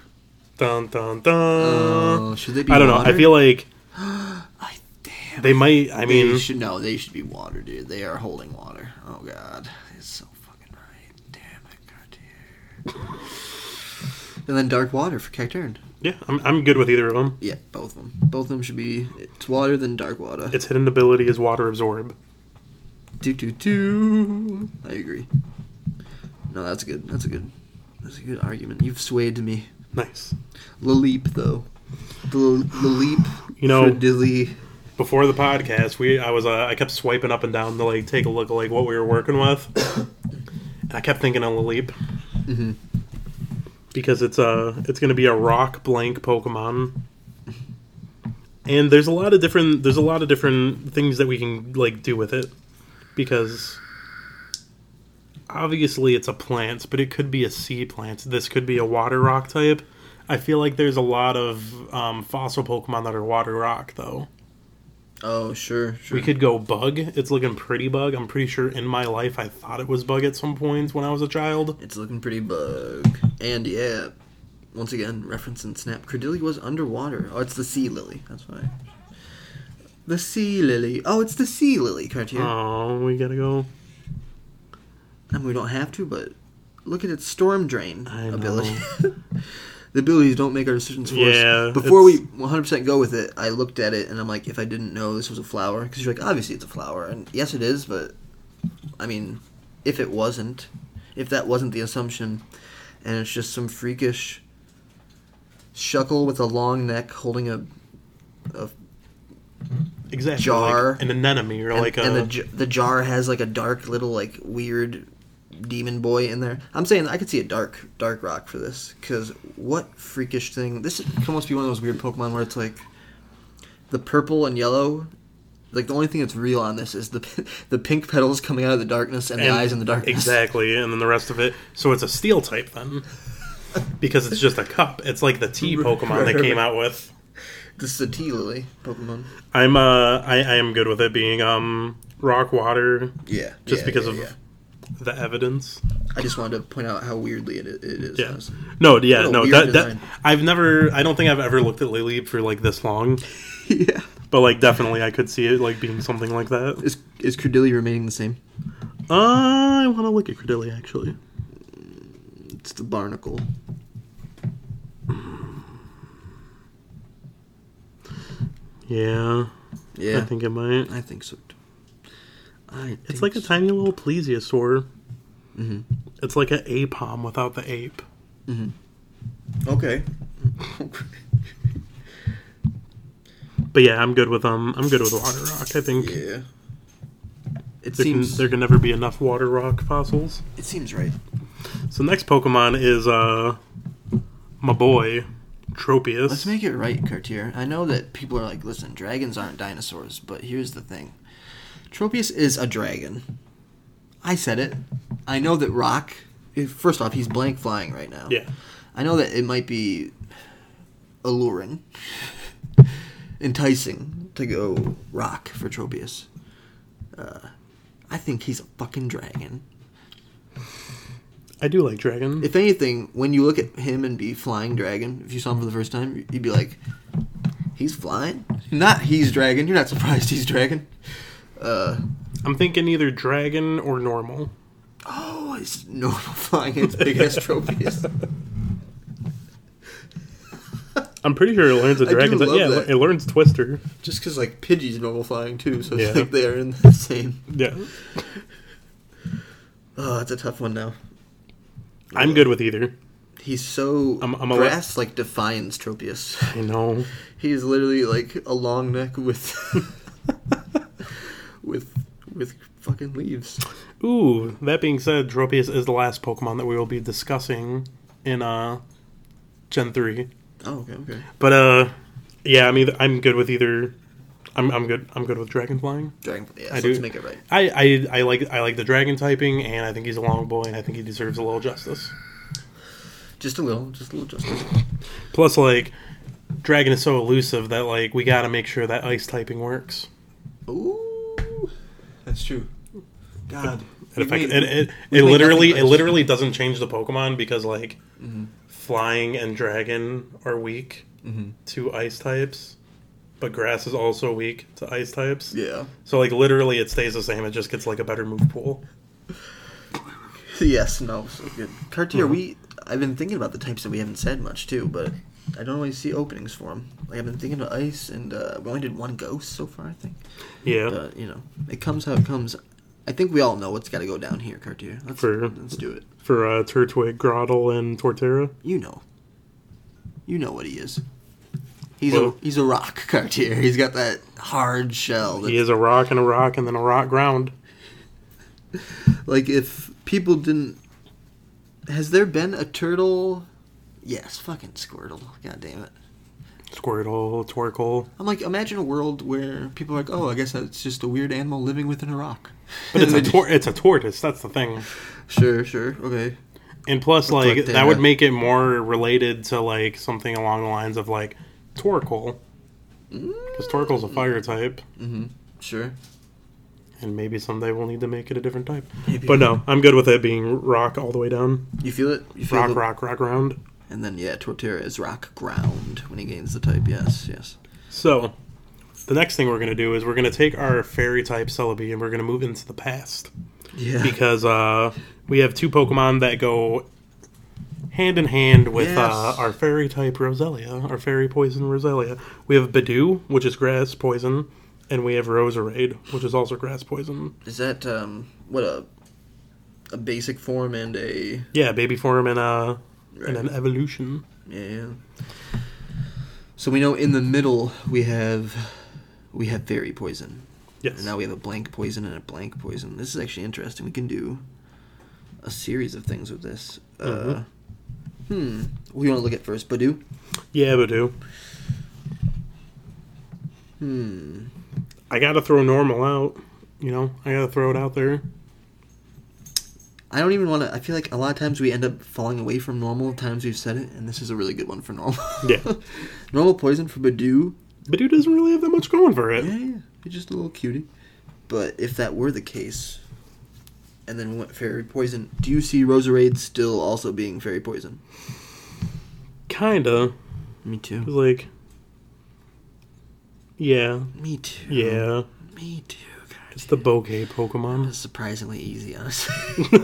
S1: Dun dun
S2: Oh,
S1: dun
S2: should they be?
S1: I don't know. I
S2: water?
S1: feel like
S2: I, damn.
S1: they might I
S2: they
S1: mean
S2: should no, they should be water, dude. They are holding water. Oh god, it's so fucking right. Damn it, Cartier. and then dark water for Cacturn.
S1: yeah, I'm I'm good with either of them.
S2: Yeah, both of them. Both of them should be. It's water, then dark water.
S1: Its hidden ability is water absorb.
S2: Do do do. I agree. No, that's good. That's a good. That's a good argument. You've swayed me.
S1: Nice.
S2: Laleep though. The Laleep.
S1: You know-
S2: Dilly.
S1: before the podcast, we I was uh, I kept swiping up and down to like take a look at like what we were working with, and I kept thinking of Laleep because it's uh, it's gonna be a rock blank Pokemon, and there's a lot of different there's a lot of different things that we can like do with it because obviously it's a plant, but it could be a sea plant. This could be a water rock type. I feel like there's a lot of um, fossil Pokemon that are water rock, though.
S2: Oh, sure, sure.
S1: We could go bug. It's looking pretty bug. I'm pretty sure in my life I thought it was bug at some point when I was a child.
S2: It's looking pretty bug. And yeah, once again, referencing Snap. Cordelia was underwater. Oh, it's the sea lily. That's why. The sea lily. Oh, it's the sea lily cartoon.
S1: Oh, we gotta go.
S2: I mean, we don't have to, but look at its storm drain
S1: I know.
S2: ability. the abilities don't make our decisions for
S1: Yeah,
S2: us. Before we
S1: it's-
S2: 100% go with it, I looked at it and I'm like, if I didn't know this was a flower, because you're like, obviously it's a flower, and yes, it is, but I mean, if it wasn't, if that wasn't the assumption, and it's just some freakish shuckle with a long neck holding a, a
S1: Exactly.
S2: Jar.
S1: Like an anemone or
S2: and,
S1: like uh, a.
S2: and the j- the jar has like a dark little like weird demon boy in there. I'm saying I could see a dark dark rock for this because what freakish thing? This could almost be one of those weird Pokemon where it's like the purple and yellow. Like the only thing that's real on this is the p- the pink petals coming out of the darkness and, the
S1: and-
S2: eyes in the darkness.
S1: Exactly, and then the rest of it. So it's a steel type then. Because it's just a cup. It's like the tea Pokemon they came out with.
S2: This is a tea lily Pokemon.
S1: I'm uh I, I am good with it being um rock water
S2: Yeah,
S1: just
S2: yeah,
S1: because
S2: yeah,
S1: of
S2: yeah.
S1: the evidence.
S2: I just wanted to point out how weirdly it, it is.
S1: Yeah.
S2: That's-
S1: No, yeah,
S2: What a
S1: no.
S2: weird
S1: That, that
S2: design.
S1: I've never I don't think I've ever looked at Lily for like this long,
S2: yeah.
S1: but like definitely I could see it like being something like that. Uh,
S2: Is is Cordelia remaining the same?
S1: I want to look at Credilli actually.
S2: It's the barnacle.
S1: Yeah,
S2: Yeah,
S1: I think it might.
S2: I think so. too. I think
S1: It's like a
S2: so. Mm-hmm.
S1: tiny little plesiosaur. It's like an apom without the ape.
S2: Okay.
S1: But yeah, I'm good with um, I'm good with water rock. I think
S2: yeah.
S1: there, can,
S2: It seems
S1: there can never be enough water rock fossils.
S2: it seems right.
S1: So next Pokemon is uh, my boy, Tropius.
S2: Let's make it right, Cartier. I know that people are like, listen, dragons aren't dinosaurs, but here's the thing. Tropius is a dragon. I said it. I know that Rock eh, first off, he's blank flying right now.
S1: yeah,
S2: I know that it might be alluring, enticing to go rock for Tropius. Uh, I think he's a fucking dragon.
S1: I do like dragon.
S2: If anything, when you look at him and be flying dragon, if you saw him for the first time, you'd be like, he's flying? Not he's dragon. You're not surprised he's dragon. Uh,
S1: I'm thinking either dragon or normal.
S2: oh, it's normal flying. It's big ass Tropius.
S1: I'm pretty sure it learns a
S2: I do
S1: dragon.
S2: love
S1: yeah,
S2: that.
S1: it learns Twister.
S2: Just because, like, Pidgey's normal flying too, so
S1: Yeah.
S2: it's like they're in the same.
S1: Yeah,
S2: Oh, that's a tough one now.
S1: I'm good with either.
S2: He's so
S1: I'm- I'm a-
S2: brass like defines Tropius.
S1: I know.
S2: He is literally like a long neck with with with fucking leaves.
S1: Ooh, that being said, Tropius is the last Pokemon that we will be discussing in uh Gen 3.
S2: Oh, okay, okay.
S1: But uh yeah, I'm either I'm good with either I'm I'm good I'm good with dragon flying.
S2: Dragon. Yeah,
S1: I
S2: so let's
S1: do-
S2: make it right.
S1: I, I I like I like the dragon typing and I think he's a long boy and I think he deserves a little justice.
S2: Just a little, just a little justice.
S1: Plus like dragon is so elusive that like we got to make sure that ice typing works.
S2: Ooh, that's true. God,
S1: And if I
S2: we've
S1: can, it
S2: made-
S1: it,
S2: we've
S1: it
S2: made
S1: literally
S2: nothing
S1: it
S2: but-
S1: literally doesn't change the Pokemon because like
S2: Mm-hmm,
S1: flying and dragon are weak
S2: mm-hmm.
S1: to ice types, but grass is also weak to ice types.
S2: yeah,
S1: So like literally it stays the same. It just gets like a better move pool.
S2: yes, no, so good. Cartier, we. I've been thinking about the types that we haven't said much too, but I don't always see openings for them. Like I've been thinking about ice, and uh, we only did one ghost so far, I think.
S1: Yeah.
S2: But you know, it comes how it comes. I think we all know what's got to go down here, Cartier. Let's
S1: For-
S2: let's do it.
S1: For uh, Turtwig, Grottle, and Torterra.
S2: You know. You know what he is. He's
S1: Well-
S2: a he's a rock, Cartier. He's got that hard shell. That,
S1: He is a rock and a rock and then a rock ground.
S2: Like if people didn't, has there been a turtle? Yes, fucking Squirtle. God damn it.
S1: Squirtle, Torkoal.
S2: I'm like, imagine a world where people are like, oh, I guess that's just a weird animal living within a rock.
S1: But it's a
S2: And they-
S1: tor- it's a tortoise. That's the thing.
S2: sure, sure, okay.
S1: And plus, like
S2: Reflect
S1: that would
S2: data.
S1: make it more related to like something along the lines of like Torkoal,
S2: Mm.
S1: because Torkoal's a fire type,
S2: Mm-hmm. Sure.
S1: and maybe someday we'll need to make it a different type.
S2: Maybe.
S1: But no, I'm good with it being rock all the way down,
S2: You feel it? You feel
S1: rock,
S2: the-
S1: rock, rock, round.
S2: And then, yeah, Torterra is rock ground when he gains the type. Yes, yes.
S1: So, the next thing we're gonna do is we're gonna take our fairy type Celebi and we're gonna move into the past.
S2: Yeah.
S1: because uh, we have two Pokemon that go hand in hand with uh,
S2: Yes.
S1: our fairy type Roselia, our fairy poison Roselia. We have Bidoo, which is grass poison, and we have Roserade, which is also grass poison.
S2: is that, um, what a. A basic form and a.
S1: Yeah, baby form and uh and an
S2: Right.
S1: evolution.
S2: Yeah, yeah. So we know in the middle we have. We have fairy poison.
S1: Yes.
S2: And now we have a blank poison and a blank poison. This is actually interesting. We can do a series of things with this. Uh, hmm. We want to look at first Badoo.
S1: yeah, Bidoo.
S2: Hmm.
S1: I gotta throw normal out. You know, I gotta throw it out there.
S2: I don't even want to. I feel like a lot of times we end up falling away from normal. Times we've said it, and this is a really good one for normal.
S1: Yeah.
S2: normal poison for Badoo.
S1: Bidoo doesn't really have that much going for it.
S2: Yeah, yeah. He's just a little cutie. But if that were the case, and then we went fairy poison, do you see Roserade still also being fairy poison?
S1: Kinda.
S2: Me too.
S1: 'Cause, like Yeah.
S2: Me too.
S1: Yeah.
S2: Me too. God.
S1: It's the bokeh Pokemon.
S2: That's surprisingly easy, honestly.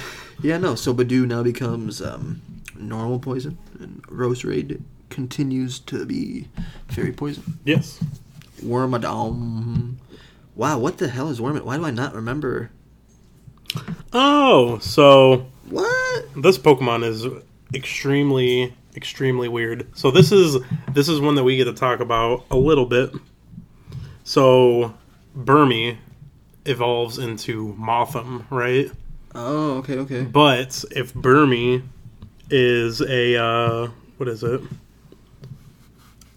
S2: yeah, no. So Badoo now becomes um, normal poison, and Roserade continues to be fairy poison.
S1: Yes.
S2: Wormadom. Wow, what the hell is Wormadom? Why do I not remember?
S1: Oh, so
S2: What?
S1: this Pokemon is extremely, extremely weird. So this is this is one that we get to talk about a little bit. So Burmy evolves into Motham, right?
S2: Oh, okay, okay.
S1: But if Burmy is a uh, what is it?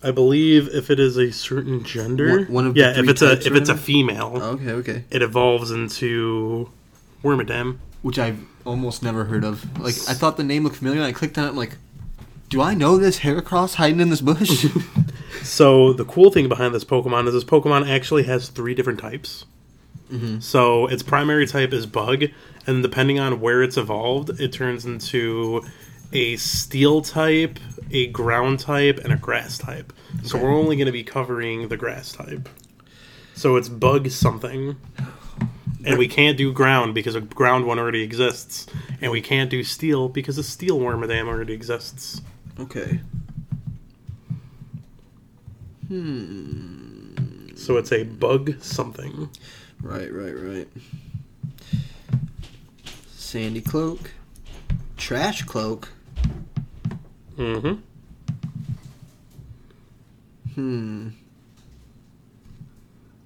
S1: I believe if it is a certain gender,
S2: One- one of Oh. the
S1: yeah, if
S2: three
S1: it's a
S2: types or
S1: if it's a
S2: whatever?
S1: female,
S2: Okay, okay.
S1: it evolves into Wormadam.
S2: Which I've almost never heard of. Like, I thought the name looked familiar, and I clicked on it, I'm like, do I know this Heracross hiding in this bush?
S1: So the cool thing behind this Pokemon is this Pokemon actually has three different types. So its primary type is Bug, and depending on where it's evolved, it turns into a Steel type, a Ground type, and a Grass type. So we're only going to be covering the Grass type. So it's Bug something, and we can't do Ground because a Ground one already exists, and we can't do Steel because a Steel Wormadam already exists.
S2: okay.
S1: So it's a Bug something.
S2: Hmm. Right, right, right. Sandy cloak. Trash cloak.
S1: Mm-hmm.
S2: Hmm.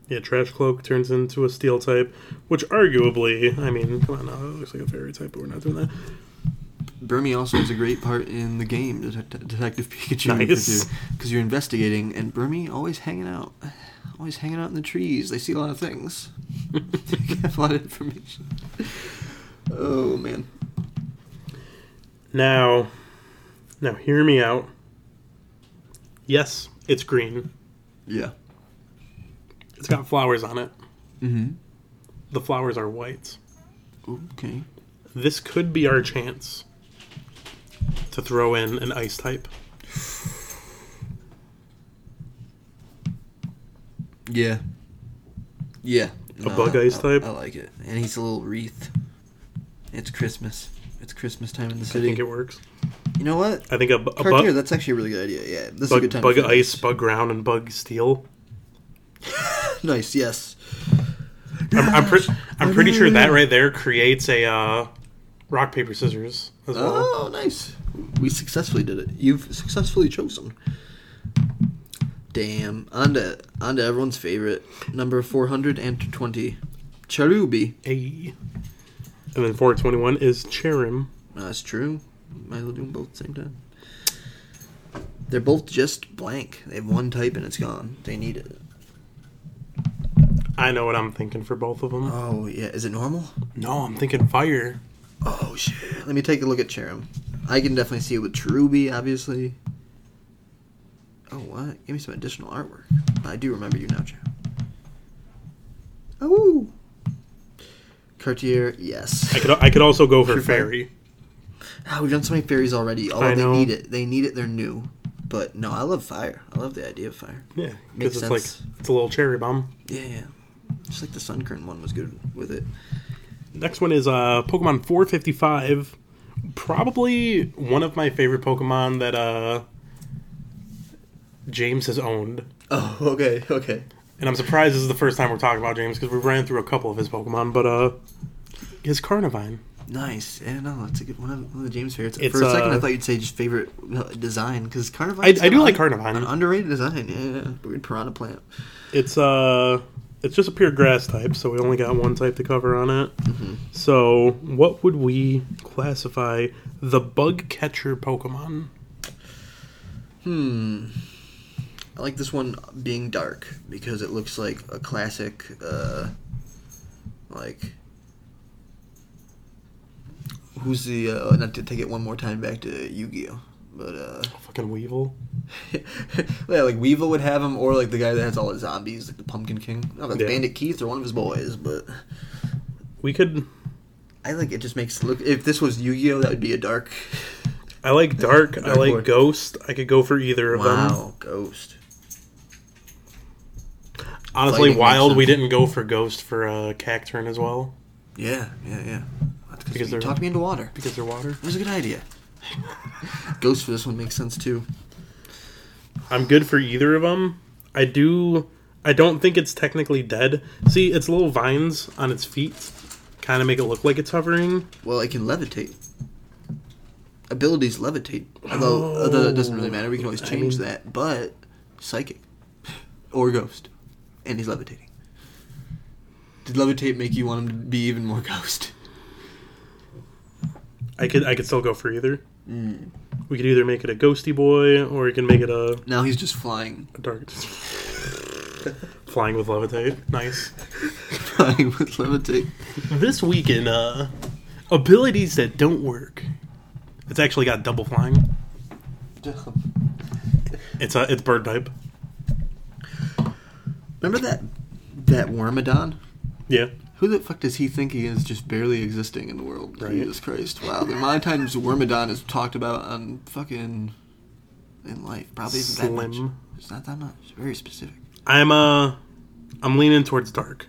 S1: Yeah, Trash Cloak turns into a steel type, which arguably, I mean, come on now, it looks like a fairy type, but we're not doing that.
S2: Burmy also has a great part in the game, Det- Detective Pikachu,
S1: Nice.
S2: because you're, 'cause you're investigating, and Burmy always hanging out, always hanging out in the trees. They see a lot of things, they have a lot of information. Oh man,
S1: Now, now hear me out. Yes, it's green.
S2: yeah.
S1: It's got flowers on it.
S2: Mm-hmm.
S1: The flowers are white.
S2: Okay.
S1: This could be our chance to throw in an ice type.
S2: Yeah. Yeah.
S1: A bug ice
S2: I-
S1: type?
S2: I like it, and he's a little wreath. It's Christmas. It's Christmas time in the
S1: I
S2: city.
S1: think it works.
S2: you know what?
S1: I think a, bu- a
S2: Cartier,
S1: bu-
S2: that's actually a really good idea. Yeah, this is a
S1: bug,
S2: good time.
S1: bug
S2: to finish.
S1: ice, bug ground, and bug steel.
S2: Nice. Yes.
S1: I'm, I'm, pre- I'm pretty sure that right there creates a uh, rock, paper, scissors as well.
S2: Oh, nice. We successfully did it. You've successfully chosen. Damn. On to, on to everyone's favorite, number 420, Cherubi.
S1: A. And then 421 is Cherim.
S2: That's true. Might as well do them both at the same time. They're both just blank. They have one type and it's gone. They need it.
S1: I know what I'm thinking for both of them.
S2: Oh, yeah. Is it normal?
S1: No, I'm Uh, thinking fire.
S2: Oh shit! Let me take a look at Cherim. I can definitely see it with Cherubi, obviously. Oh what? Give me some additional artwork. But I do remember you now, Cherim. Oh. Cartier, yes.
S1: I could I could also go for
S2: Sure, fine.
S1: fairy.
S2: Ah, we've done so many fairies already. Oh,
S1: I
S2: they
S1: know.
S2: need it. They need it. They're new. But no, I love fire. I love the idea of fire.
S1: Yeah,
S2: Makes
S1: because it's like
S2: sense.
S1: it's a little cherry bomb.
S2: Yeah, yeah. Just like the sun curtain one was good with it.
S1: Next one is uh, Pokemon 455. Probably one of my favorite Pokemon that uh, James has owned.
S2: Oh, okay, okay.
S1: And I'm surprised this is the first time we're talking about James because we ran through a couple of his Pokemon, but uh, his Carnivine.
S2: Nice. Yeah, no, that's a good one. Of, one of the James favorites.
S1: It's,
S2: For a second, I
S1: uh,
S2: thought you'd say just favorite uh, design because Carnivine.
S1: I- I do like Carnivine.
S2: An underrated design. Yeah, yeah. weird piranha plant.
S1: It's uh, it's just a pure grass type, so we only got one type to cover on it. So, what would we classify the bug catcher Pokemon?
S2: Hmm. I like this one being dark because it looks like a classic, uh, like. Who's the uh, not to take it one more time back to Yu-Gi-Oh, but uh,
S1: Fucking Weevil.
S2: yeah, like Weevil would have him, or like the guy that has all the zombies, like the Pumpkin King. No, that's
S1: Yeah.
S2: Bandit Keith or one of his boys, but
S1: We could.
S2: I like it. Just makes look. If this was Yu-Gi-Oh, that would be a dark.
S1: I like dark. I
S2: Dark
S1: like
S2: Lord.
S1: ghost. I could go for either of them.
S2: Wow, Ghost. Fighting
S1: Honestly,
S2: makes
S1: Wild, we
S2: sense.
S1: didn't go for Ghost for uh, Cacturn as well
S2: Yeah, yeah, yeah. That's
S1: Because
S2: because you
S1: they're-
S2: talked me into water.
S1: because they're water.
S2: It was a good idea. Ghost for this one makes sense too.
S1: I'm good for either of them. I do. I don't think it's technically dead. See, its little vines on its feet kind of make it look like it's hovering.
S2: Well, it can levitate. Abilities levitate. Although, although that doesn't really matter. We can always change that. But psychic or ghost, and he's levitating. Did levitate make you want him to be even more ghost?
S1: I could. I could still go for either. We could either make it a ghosty boy, or we can make it a,
S2: Now he's just flying,
S1: a dark. Flying with levitate, nice.
S2: flying with levitate.
S1: This week in uh, abilities that don't work, it's actually got double flying. It's a it's bird type.
S2: Remember that that Wormadon?
S1: Yeah.
S2: Who the fuck does he think he is just barely existing in the world?
S1: Right.
S2: Jesus Christ. Wow. The amount of times Wormadon is talked about on fucking in life. Probably isn't that much.
S1: Slim.
S2: It's not that much. It's very specific.
S1: I'm uh I'm leaning towards dark.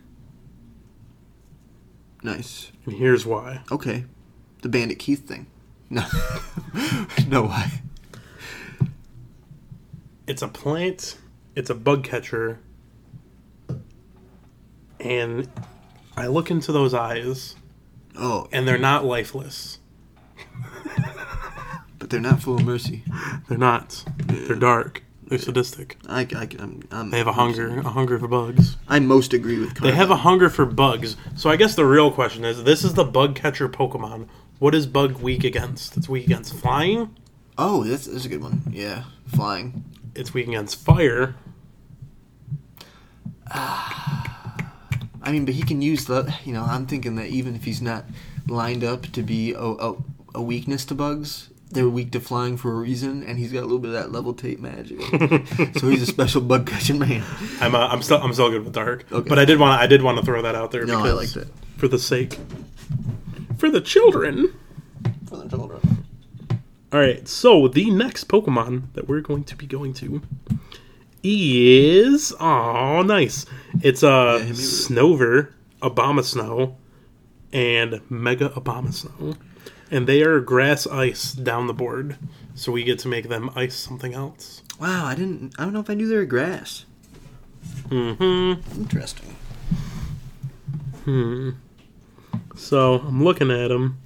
S2: Nice.
S1: And here's why.
S2: Okay. The Bandit Keith thing. No. no why.
S1: It's a plant, it's a bug catcher. And I look into those eyes
S2: Oh,
S1: and they're not lifeless.
S2: but they're not full of mercy.
S1: They're not. They're dark. They're sadistic.
S2: I, I, am I'm,
S1: They have a hunger, a hunger for bugs.
S2: I most agree with Carl.
S1: They have a hunger for bugs. So I guess the real question is this is the bug catcher Pokemon. What is bug weak against? It's weak against flying,
S2: Oh, that's, that's a good one. Yeah. Flying.
S1: it's weak against fire.
S2: I mean, but he can use the. You know, I'm thinking that even if he's not lined up to be a, a, a weakness to bugs, they're weak to flying for a reason, and he's got a little bit of that level tape magic. so he's a special bug catching man.
S1: I'm uh, I'm still I'm still good with dark,
S2: Okay.
S1: but I did want I did want to throw that out there.
S2: No, I
S1: because
S2: liked it.
S1: for the sake for the children.
S2: For the children.
S1: All right, so the next Pokemon that we're going to be going to is oh nice, it's uh
S2: hit me with it.
S1: Snover, Obama Snow, and Mega Obama Snow, and they are grass ice down the board, so we get to make them ice something else.
S2: Wow, I didn't. I don't know if I knew they were grass. Mm-hmm. Interesting.
S1: So I'm looking at them.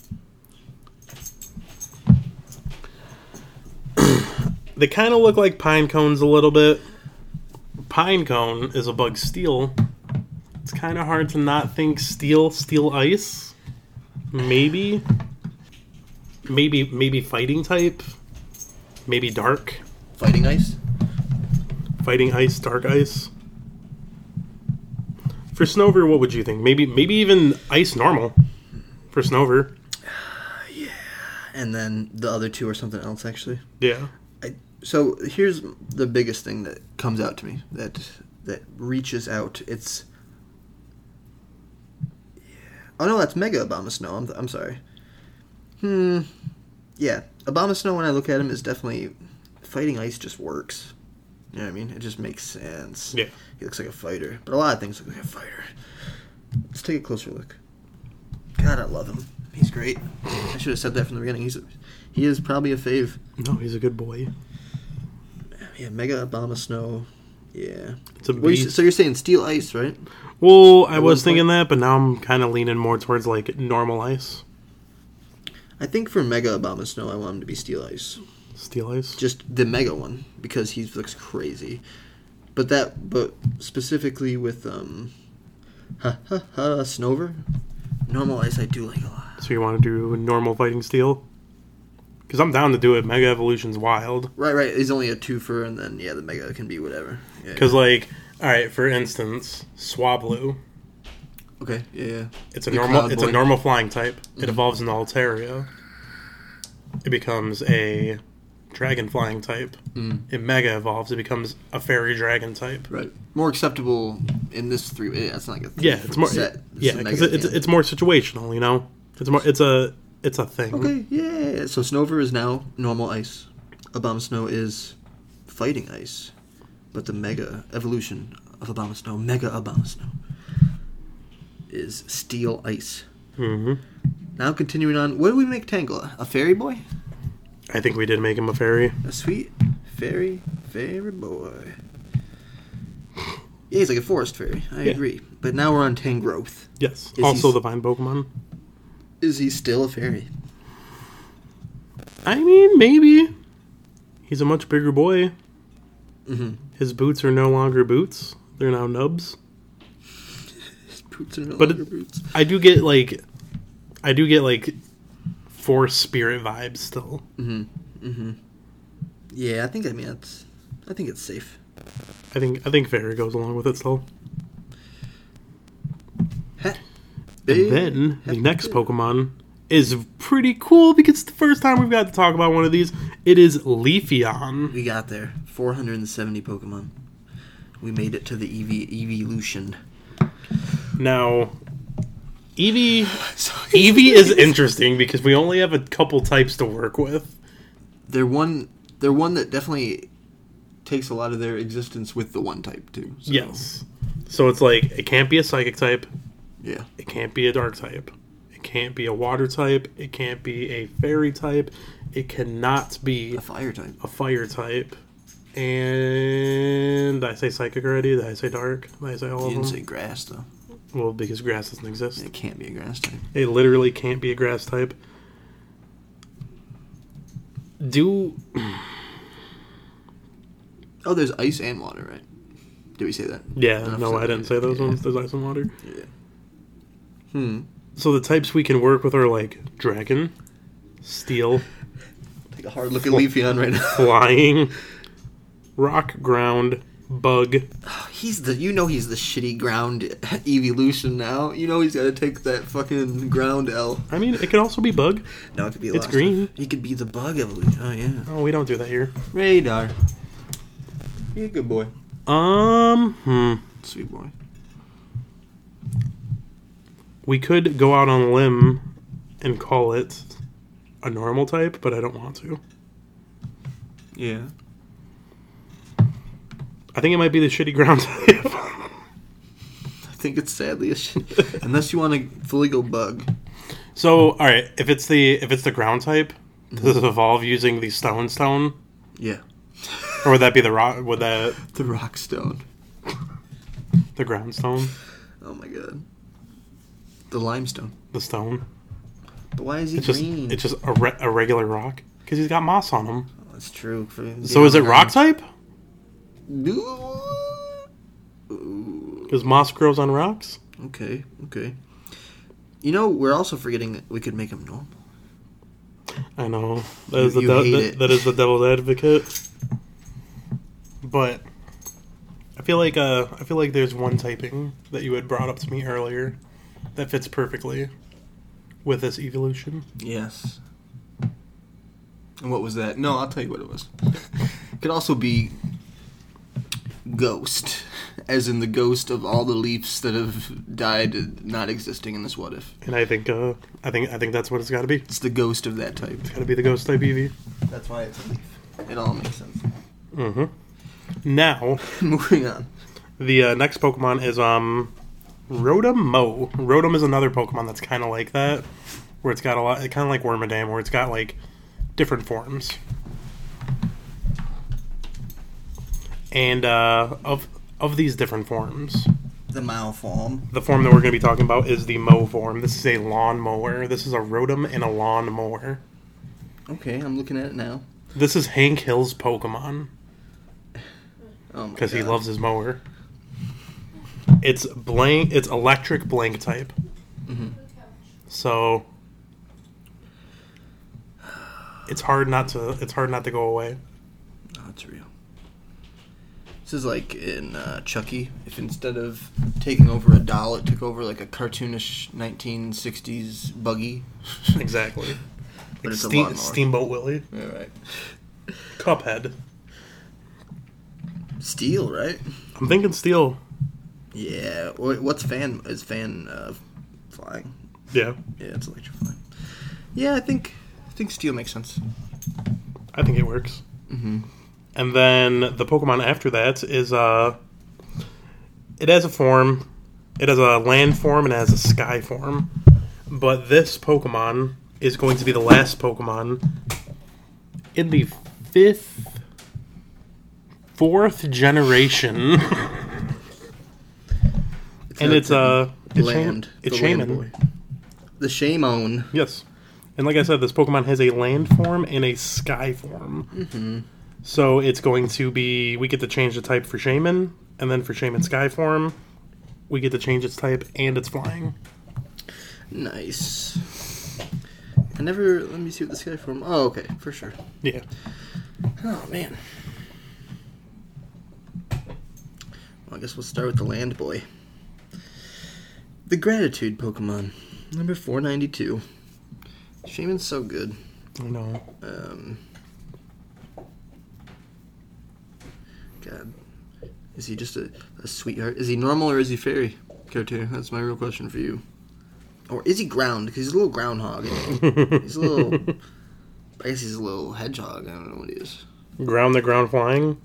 S1: they kind of look like pine cones a little bit. Pine cone is a bug steel. It's kind of hard to not think steel, steel ice. Maybe. Maybe maybe fighting type. Maybe dark.
S2: Fighting ice.
S1: Fighting ice, dark ice. For Snover, what would you think? Maybe maybe even ice normal for Snover.
S2: and then the other two are something else actually.
S1: Yeah.
S2: I, so here's the biggest thing that comes out to me that that reaches out. It's oh no, that's Mega Obama Snow. I'm I'm sorry. Hmm. Yeah, Obama Snow. When I look at him, is definitely fighting ice. Just works. You know what I mean? It just makes sense.
S1: Yeah.
S2: He looks like a fighter, but a lot of things look like a fighter. Let's take a closer look. God, I love him. He's great. I should have said that from the beginning. He's he is probably a fave.
S1: No, he's a good boy.
S2: Yeah, Mega Obama Snow. Yeah.
S1: It's a
S2: What you-
S1: beast.
S2: so you're saying Steel Ice, right?
S1: Well, I was
S2: one
S1: thinking that, but now I'm kind of leaning more towards like normal ice,
S2: I think for Mega Obama Snow, I want him to be Steel Ice.
S1: steel ice.
S2: Just the Mega one because he looks crazy. But that, but specifically with um, ha ha ha, Snover. Normal Ice, I do like a lot.
S1: So you want to do normal fighting steel? Because I'm down to do it. Mega Evolution's wild.
S2: Right, right. He's only a twofer, and then yeah, the Mega can be whatever. Yeah.
S1: Because like, all right, for instance, Swablu.
S2: okay, yeah, yeah.
S1: It's a
S2: The
S1: normal.
S2: cloud
S1: It's
S2: boy. Mm-hmm.
S1: a normal flying type. It evolves into Altaria. It becomes a dragon flying type.
S2: Mm.
S1: It mega evolves. It becomes a fairy dragon type.
S2: Right. More acceptable in this three. Yeah, it's not like a three
S1: Yeah, it's more.
S2: set.
S1: yeah,
S2: a
S1: because
S2: Mega
S1: it's
S2: thing.
S1: it's more situational. You know, it's more. It's a it's a thing.
S2: Okay, yeah. So Snover is now normal ice. Obama Snow is fighting ice. But the mega evolution of Obama Snow, Mega Obama Snow, is steel ice.
S1: hmm
S2: Now continuing on, what do we make Tangle? A fairy boy?
S1: I think we did make him a fairy.
S2: A sweet fairy, fairy boy. Yeah, he's like a forest fairy. I
S1: Yeah.
S2: agree. But now we're on Tangrowth.
S1: Yes.
S2: Is
S1: also
S2: he-
S1: the vine Pokemon.
S2: Is he still a fairy?
S1: I mean, maybe. He's a much bigger boy.
S2: Mm-hmm.
S1: His boots are no longer boots. They're now nubs.
S2: His boots are no
S1: But
S2: longer
S1: it-
S2: boots.
S1: I do get like, I do get like, force spirit vibes still.
S2: Yeah, I think I mean it's I think it's safe.
S1: I think I think fairy goes along with it still.
S2: Heh.
S1: And then the next Pokemon is pretty cool because it's the first time we've got to talk about one of these. It is Leafeon.
S2: We got there. 470 Pokemon. We made it to the EV evolution.
S1: Now, Eevee
S2: Sorry.
S1: Eevee is interesting because we only have a couple types to work with.
S2: They're one. They're one that definitely takes a lot of their existence with the one type too. So,
S1: Yes. So it's like it can't be a psychic type,
S2: Yeah.
S1: it can't be a dark type, it can't be a water type, it can't be a fairy type, it cannot be
S2: A fire type.
S1: a fire type. And did I say psychic already? Did I say dark? Did I say all
S2: You
S1: of them?
S2: didn't say grass though.
S1: well, because grass doesn't exist.
S2: It can't be a grass type.
S1: It literally can't be a grass type. Do
S2: Oh, there's ice and water, right? Did we say that?
S1: yeah,
S2: Enough
S1: no,
S2: said.
S1: I didn't say those
S2: Yeah.
S1: ones. There's ice and water.
S2: Yeah. Hmm.
S1: So the types we can work with are like dragon, steel,
S2: Take a hard look at Leafeon right now.
S1: flying, rock, ground, bug.
S2: He's the you know he's the shitty ground evolution now. You know he's got to take that fucking ground L.
S1: I mean, it could also be bug.
S2: No, it could be.
S1: It's
S2: Elastigirl.
S1: green.
S2: He could be the bug evolution. Oh yeah.
S1: Oh, we don't do that here.
S2: Radar. You're a good boy.
S1: Um, hmm.
S2: Sweet boy.
S1: We could go out on a limb and call it a normal type, but I don't want to.
S2: Yeah.
S1: I think it might be the shitty ground type.
S2: I think it's sadly a shit. Unless you want to fully go bug.
S1: so, all right, if it's the if it's the ground type, does it evolve using the stone stone,
S2: Yeah.
S1: or would that be the rock? Would that
S2: The rock stone.
S1: the ground stone,
S2: Oh my god. The limestone.
S1: the stone?
S2: But why is he
S1: It's just
S2: green?
S1: it's just a, re- a regular rock because he's got moss on him.
S2: Oh, that's true. For-
S1: So is it rock type?
S2: Ooh.
S1: Because moss grows on rocks.
S2: Okay. Okay. You know we're also forgetting that we could make him normal.
S1: I know that is
S2: You-
S1: the
S2: you
S1: de-
S2: hate
S1: that-
S2: it.
S1: that is the devil's advocate. But I feel like uh, I feel like there's one typing that you had brought up to me earlier that fits perfectly with this evolution.
S2: Yes. And what was that? No, I'll tell you what it was. Could also be ghost, as in the ghost of all the Leafs that have died, not existing in this what if.
S1: And I think uh, I think I think that's what it's got to be.
S2: It's the ghost of that type.
S1: Got to be the ghost type E EV.
S2: That's why it's a leaf. It all makes sense.
S1: hmm Now
S2: Moving on.
S1: the uh, next Pokemon is um, Rotom. Rotom is another Pokemon that's kind of like that, where it's got a lot, kind of like Wormadam, where it's got like different forms. And uh, of of these different forms,
S2: The malform.
S1: the form that we're going to be talking about is the mow form. This is a lawnmower. This is a Rotom and a lawnmower.
S2: Okay, I'm looking at it now.
S1: This is Hank Hill's Pokemon
S2: Oh my
S1: because he
S2: God.
S1: loves his mower. It's blank. It's electric blank type.
S2: Mm-hmm.
S1: So it's hard not to. It's hard not to go away.
S2: Oh, it's real. This is like in uh, Chucky. If instead of taking over a doll, it took over like a cartoonish 1960s buggy.
S1: Exactly.
S2: But it's a
S1: Ste-
S2: lawnmower.
S1: Steamboat Willie,
S2: All right.
S1: Cuphead.
S2: Steel, right?
S1: I'm thinking steel.
S2: Yeah. Wh- What's fan? Is fan uh, flying?
S1: Yeah,
S2: Yeah, it's electrifying. Yeah, I think I think steel makes sense.
S1: I think it works.
S2: Mhm.
S1: And then the Pokemon after that is uh, it has a form. It has a land form and it has a sky form. But this Pokemon is going to be the last Pokemon in the fifth, fourth generation. and it's uh, it's Shaymin-
S2: Land.
S1: It's
S2: The land
S1: Shaman.
S2: boy. The Shaman.
S1: Yes. And like I said, this Pokemon has a land form and a sky form. Mm-hmm. So it's going to be. We get to change the type for Shaman, and then for Shaman Sky form, we get to change its type and its flying.
S2: Nice. I never. Let me see what this guy from. Oh, okay, for sure.
S1: Yeah.
S2: Oh man. Well, I guess we'll start with the land boy. The gratitude Pokemon, number four ninety two. Shaman's so good.
S1: I know.
S2: Um, God, is he just a, a sweetheart? Is he normal or is he fairy? Kotu, that's my real question for you. Or is he ground? Because he's a little groundhog. he's a little. I guess he's a little hedgehog. I don't know what he is.
S1: Ground the ground flying.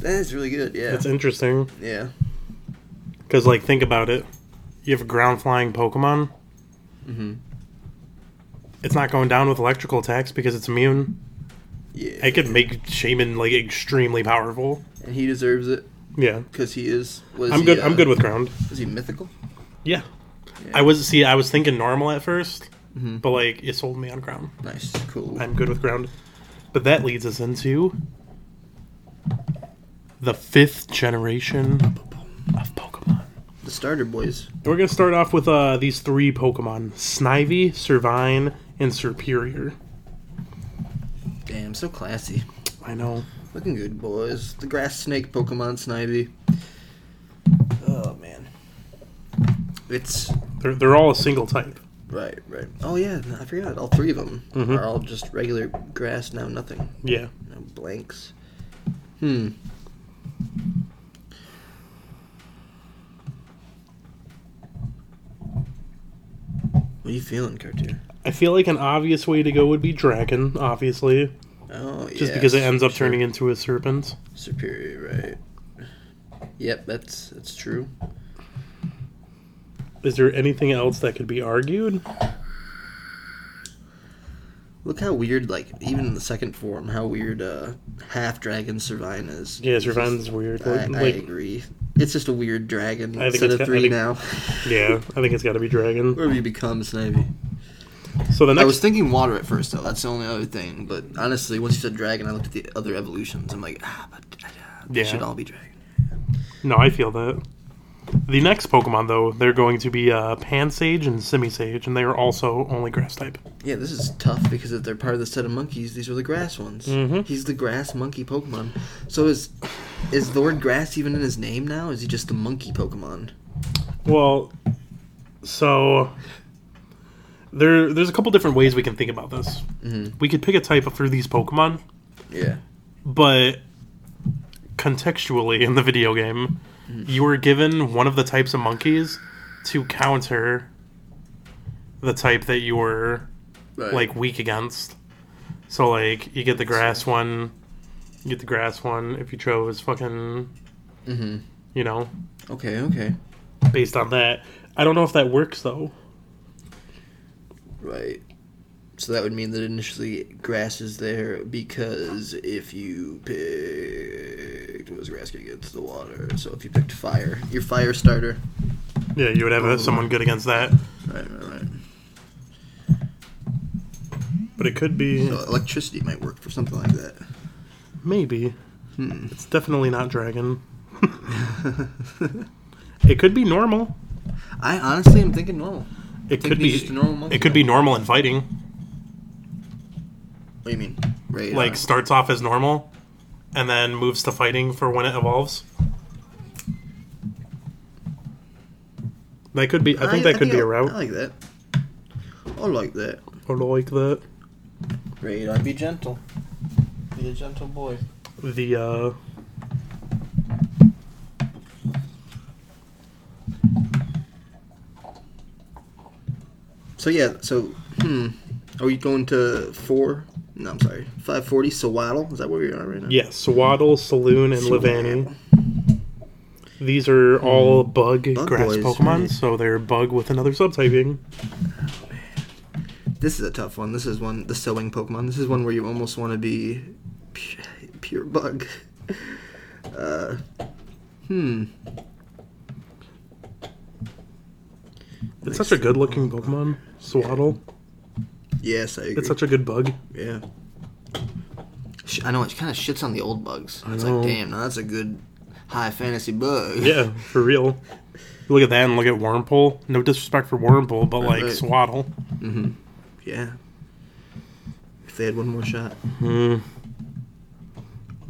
S2: That is really good. Yeah.
S1: That's interesting.
S2: yeah.
S1: Because, like, think about it. You have a ground flying Pokemon.
S2: Mm-hmm.
S1: It's not going down with electrical attacks because it's immune.
S2: Yeah.
S1: It could make Shaman, like, extremely powerful.
S2: and he deserves it
S1: Yeah.
S2: because he is. What is
S1: I'm
S2: he,
S1: good.
S2: uh,
S1: I'm good with ground.
S2: Is he mythical?
S1: Yeah.
S2: Yeah.
S1: I was see I was thinking normal at 1st
S2: Mhm.
S1: but like it sold me on ground.
S2: Nice. Cool.
S1: I'm good with ground. But that leads us into the fifth generation of Pokemon.
S2: the starter boys.
S1: We're gonna start off with uh, these three Pokemon: Snivy, Servine, and Superior.
S2: Damn, so classy.
S1: I know.
S2: Looking good, boys. The grass snake Pokemon Snivy. Oh man, it's
S1: They're they're all a single type.
S2: right, right. Oh yeah, I forgot. All three of them
S1: Mm-hmm.
S2: are all just regular grass. Now nothing,
S1: Yeah.
S2: no blanks. Hmm. What are you feeling, Cartier?
S1: I feel like an obvious way to go would be Dragon, obviously.
S2: Oh yeah.
S1: Just because it ends up
S2: sure.
S1: turning into a serpent.
S2: superior, right? Yep, that's that's true.
S1: Is there anything else that could be argued?
S2: Look how weird, like even in the second form, how weird uh, half dragon Servine is.
S1: Yeah, Servine's weird.
S2: I, I
S1: Like-
S2: agree. It's just a weird dragon
S1: I think
S2: instead
S1: it's
S2: of
S1: got- I
S2: three
S1: think-
S2: now.
S1: Yeah, I think it's got to be dragon.
S2: Whatever you become, Snivy.
S1: So the
S2: I
S1: next,
S2: was thinking water at first, though. That's the only other thing. But honestly, once you said dragon, I looked at the other evolutions. I'm like, ah, but uh, they
S1: Yeah.
S2: should all be dragon.
S1: no, I feel that. The next Pokemon, though, they're going to be uh, Pansage and Simisage, and they are also only Grass type.
S2: Yeah, this is tough because if they're part of the set of monkeys, these are the grass ones.
S1: Mhm.
S2: He's the grass monkey Pokemon. So is is Lord Grass even in his name now? Is he just a monkey Pokemon?
S1: Well, so there there's a couple different ways we can think about this. We could pick a type for these Pokemon,
S2: Mm-hmm. Yeah.
S1: but contextually in the video game,
S2: Mm-hmm.
S1: you were given one of the types of monkeys to counter the type that you were
S2: Right.
S1: like weak against. So like you get the grass one, you get the grass one if you chose fucking, you know,
S2: Mm-hmm. Okay. Okay.
S1: based on that. I don't know if that works though.
S2: Right. So that would mean that initially grass is there because if you picked what was grass gonna get to the water. So if you picked fire, your fire starter.
S1: Yeah, you would have uh someone good against that,
S2: Right, right, right.
S1: but it could be
S2: So electricity might work for something like that.
S1: maybe.
S2: hmm.
S1: It's definitely not dragon. it could be normal.
S2: I honestly am thinking normal.
S1: It
S2: Think
S1: could be
S2: he's just a normal monkey
S1: It could be normal and fighting.
S2: What do you mean? Right.
S1: Like starts off as normal, and then moves to fighting for when it evolves. That could be. I think that could be a route.
S2: I like that. I like that.
S1: I like that.
S2: Radar, be gentle. Be a gentle boy.
S1: The uh,
S2: So yeah, so hmm, are we going to four? No, I'm sorry, five forty. Sawaddle, is that where we are right now?
S1: yeah, Swaddle, Saloon, and Levani. These are all bug,
S2: Hmm. Bug
S1: grass
S2: boys,
S1: Pokemon,
S2: right.
S1: so they're bug with another subtyping.
S2: This is a tough one. This is one the sewing Pokemon. This is one where you almost want to be pure, pure bug. Uh, hmm.
S1: It's such a good looking Pokemon, Swaddle.
S2: Yes, I agree.
S1: It's such a good bug.
S2: yeah. Sh- I know it kind of shits on the old bugs. It's
S1: know.
S2: like, damn, now that's a good high fantasy bug.
S1: Yeah, for real. Look at that and look at Wormpole. No disrespect for Wormpole, but like
S2: Right.
S1: Swaddle.
S2: Mm-hmm. yeah. If they had one more shot,
S1: Hmm.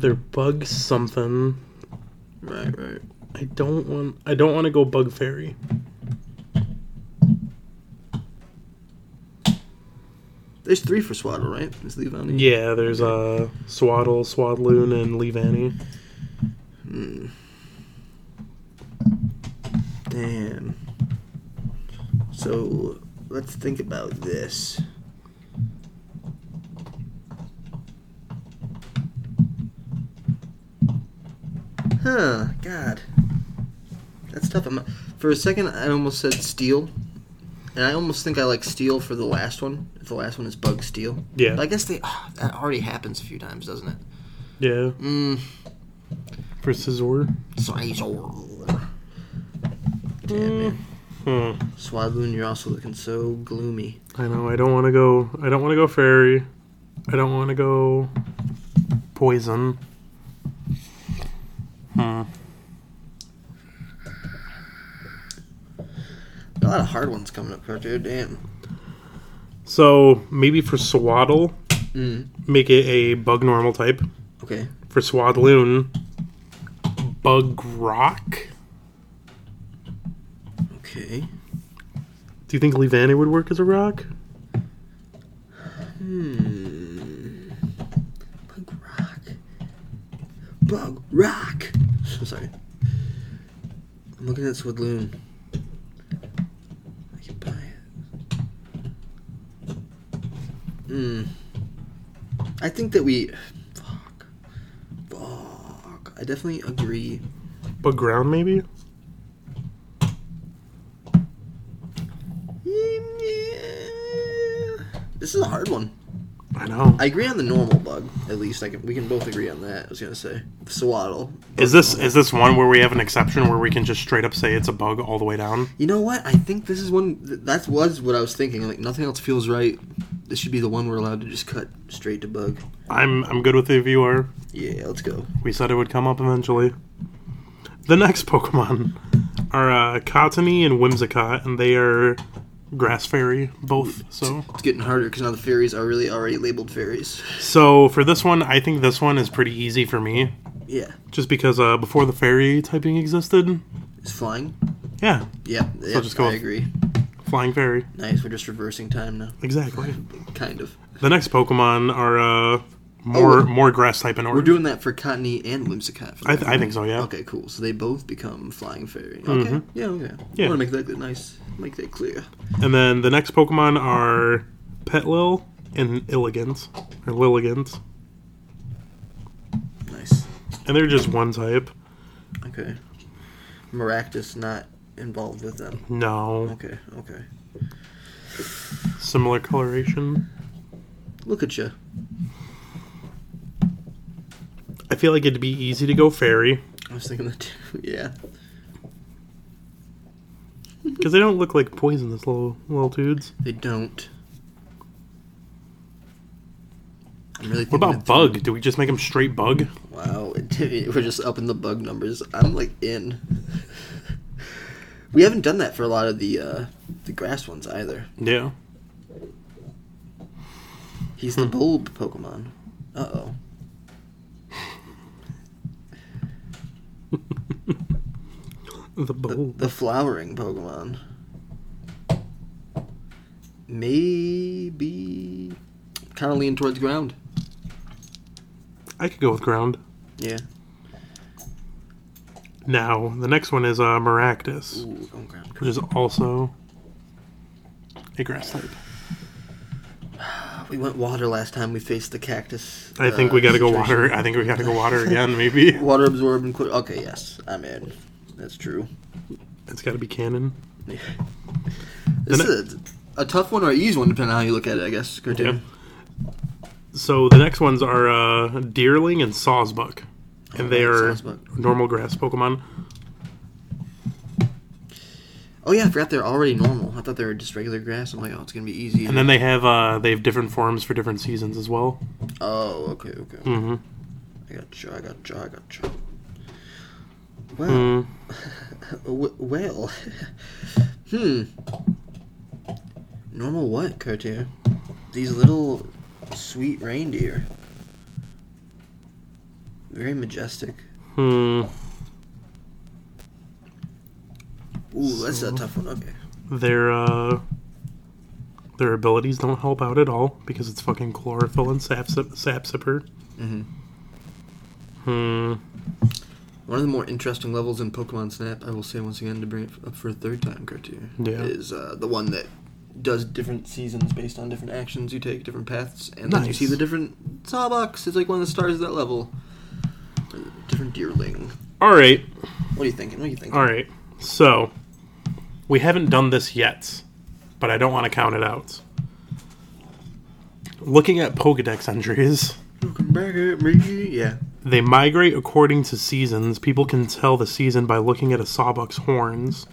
S1: They're bug something.
S2: right, right.
S1: I don't want. I don't want to go bug fairy.
S2: There's three for Swaddle, right? Is Levon?
S1: Yeah, there's uh, Swaddle, Swadloon, and Leavanny.
S2: Damn. So let's think about this. Huh, God. That's tough. I'm, for a second, I almost said steel. And I almost think I like steel for the last one. If the last one is bug steel.
S1: Yeah.
S2: But I guess they ah, that already happens a few times, doesn't it?
S1: Yeah,
S2: Mm.
S1: for Scizor.
S2: Sizor. Damn, man.
S1: Hmm.
S2: Swadloon, you're also looking so gloomy.
S1: I know. I don't want to go. I don't want to go fairy. I don't want to go poison. Hmm.
S2: A lot of hard ones coming up, Carter. Damn.
S1: So maybe for Swaddle,
S2: Mm.
S1: make it a bug normal type.
S2: Okay.
S1: For Swadloon, bug rock.
S2: Okay.
S1: Do you think Levanny would work as a rock?
S2: Hmm. Bug rock. Bug rock. I'm sorry. I'm looking at Swadloon. I can buy it. Hmm. I think that we. Fuck. Fuck. I definitely agree.
S1: Bug ground maybe?
S2: This is a hard one.
S1: I know.
S2: I agree on the normal bug. At least I can, we can both agree on that. I was gonna say swaddle.
S1: Is this is this one where we have an exception where we can just straight up say it's a bug all the way down?
S2: You know what? I think this is one. th- That was what I was thinking. Like nothing else feels right. This should be the one we're allowed to just cut straight to bug.
S1: I'm I'm good with the viewer.
S2: Yeah, let's go.
S1: We said it would come up eventually. The next Pokemon are uh, Cottony and Whimsicott, and they are grass fairy both. So
S2: It's getting harder because now the fairies are really already labeled fairies.
S1: so for this one, I think this one is pretty easy for me,
S2: Yeah,
S1: just because uh, before the fairy typing existed.
S2: it's flying.
S1: Yeah,
S2: Yeah, yeah
S1: just go
S2: I
S1: with-
S2: agree.
S1: Flying Fairy.
S2: Nice. We're just reversing time now.
S1: Exactly.
S2: Kind of.
S1: The next Pokemon are uh, more
S2: Oh.
S1: more grass type in order.
S2: We're doing that for Cottony and Whimsicott. For
S1: I,
S2: that,
S1: th- I
S2: right?
S1: think so. Yeah. Mm-hmm.
S2: Okay, cool. So they both become flying fairy. Okay. Yeah. Okay.
S1: Yeah.
S2: I want to make that nice. Make that clear.
S1: And then the next Pokemon are Petlil and Illigant or Lilligant,
S2: Nice.
S1: and they're just one type.
S2: Okay. Maractus not involved with them.
S1: No,
S2: Okay. Okay.
S1: similar coloration.
S2: Look at you.
S1: I feel like it'd be easy to go fairy
S2: I was thinking that. Too. Yeah.
S1: because they don't look like poisonous little little dudes.
S2: They don't. I'm really.
S1: What
S2: thinking
S1: about
S2: that through.
S1: bug? Do we just make them straight bug?
S2: Wow, we're just upping the bug numbers. I'm like in. We haven't done that for a lot of the uh, the grass ones either.
S1: Yeah.
S2: He's
S1: Hmm.
S2: the bulb Pokemon. Uh oh.
S1: The bull.
S2: The flowering Pokemon. Maybe. Kind of lean towards ground.
S1: I could go with ground.
S2: Yeah.
S1: Now the next one is uh, Maractus,
S2: Ooh, on ground.
S1: which is also a grass type.
S2: Ah, We went water last time we faced the cactus.
S1: I think
S2: uh,
S1: we got to go
S2: situation.
S1: water. I think we got to go water again. Maybe
S2: Water absorbed and quick. Okay, yes, I'm in. That's true.
S1: it's got to be cannon.
S2: This
S1: Then
S2: is a, a tough one or an easy one, depending on how you look at it, I guess. Continue.
S1: Yep. So the next ones are uh, Deerling and Sawsbuck, and they
S2: Oh,
S1: are
S2: Sawsbuck.
S1: normal grass Pokemon.
S2: Oh yeah, I forgot they're already normal. I thought they were just regular grass. I'm like, oh, it's gonna be easy.
S1: And then they have uh, they have different forms for different seasons as well.
S2: oh, okay, okay.
S1: hmm
S2: I got you. I got you. I got you. Well,
S1: Mm.
S2: uh, w- well. hmm. Normal what, Cartier? These little sweet reindeer. Very majestic.
S1: Hmm.
S2: Ooh, that's a tough one. Okay.
S1: Their uh, their abilities don't help out at all because it's fucking chlorophyll and sap sip- sap sipper.
S2: Mhm.
S1: Hmm.
S2: One of the more interesting levels in Pokemon Snap, I will say once again to bring it up for a third time, Cartier,
S1: Yeah.
S2: is uh, the one that does different seasons based on different actions you take, different paths, and then you
S1: Nice.
S2: see the different Sawbucks. It's like one of the stars of that level. Uh, Different Deerling.
S1: All right.
S2: What are you thinking? What are you thinking?
S1: All right. So we haven't done this yet, but I don't want to count it out. Looking at Pokedex entries.
S2: Looking back at me, yeah.
S1: They migrate according to seasons. People can tell the season by looking at a sawbuck's horns.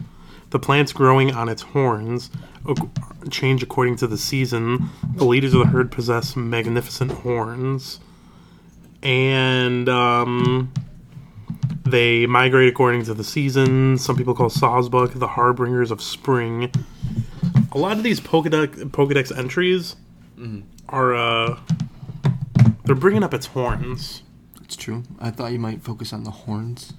S1: The plants growing on its horns ac- change according to the season. The leaders of the herd possess magnificent horns. And um, they migrate according to the season. Some people call Sawsbuck the harbingers of spring. A lot of these Pokedex, Pokedex entries are. Uh, they're bringing up its horns.
S2: It's true. I thought you might focus on the horns.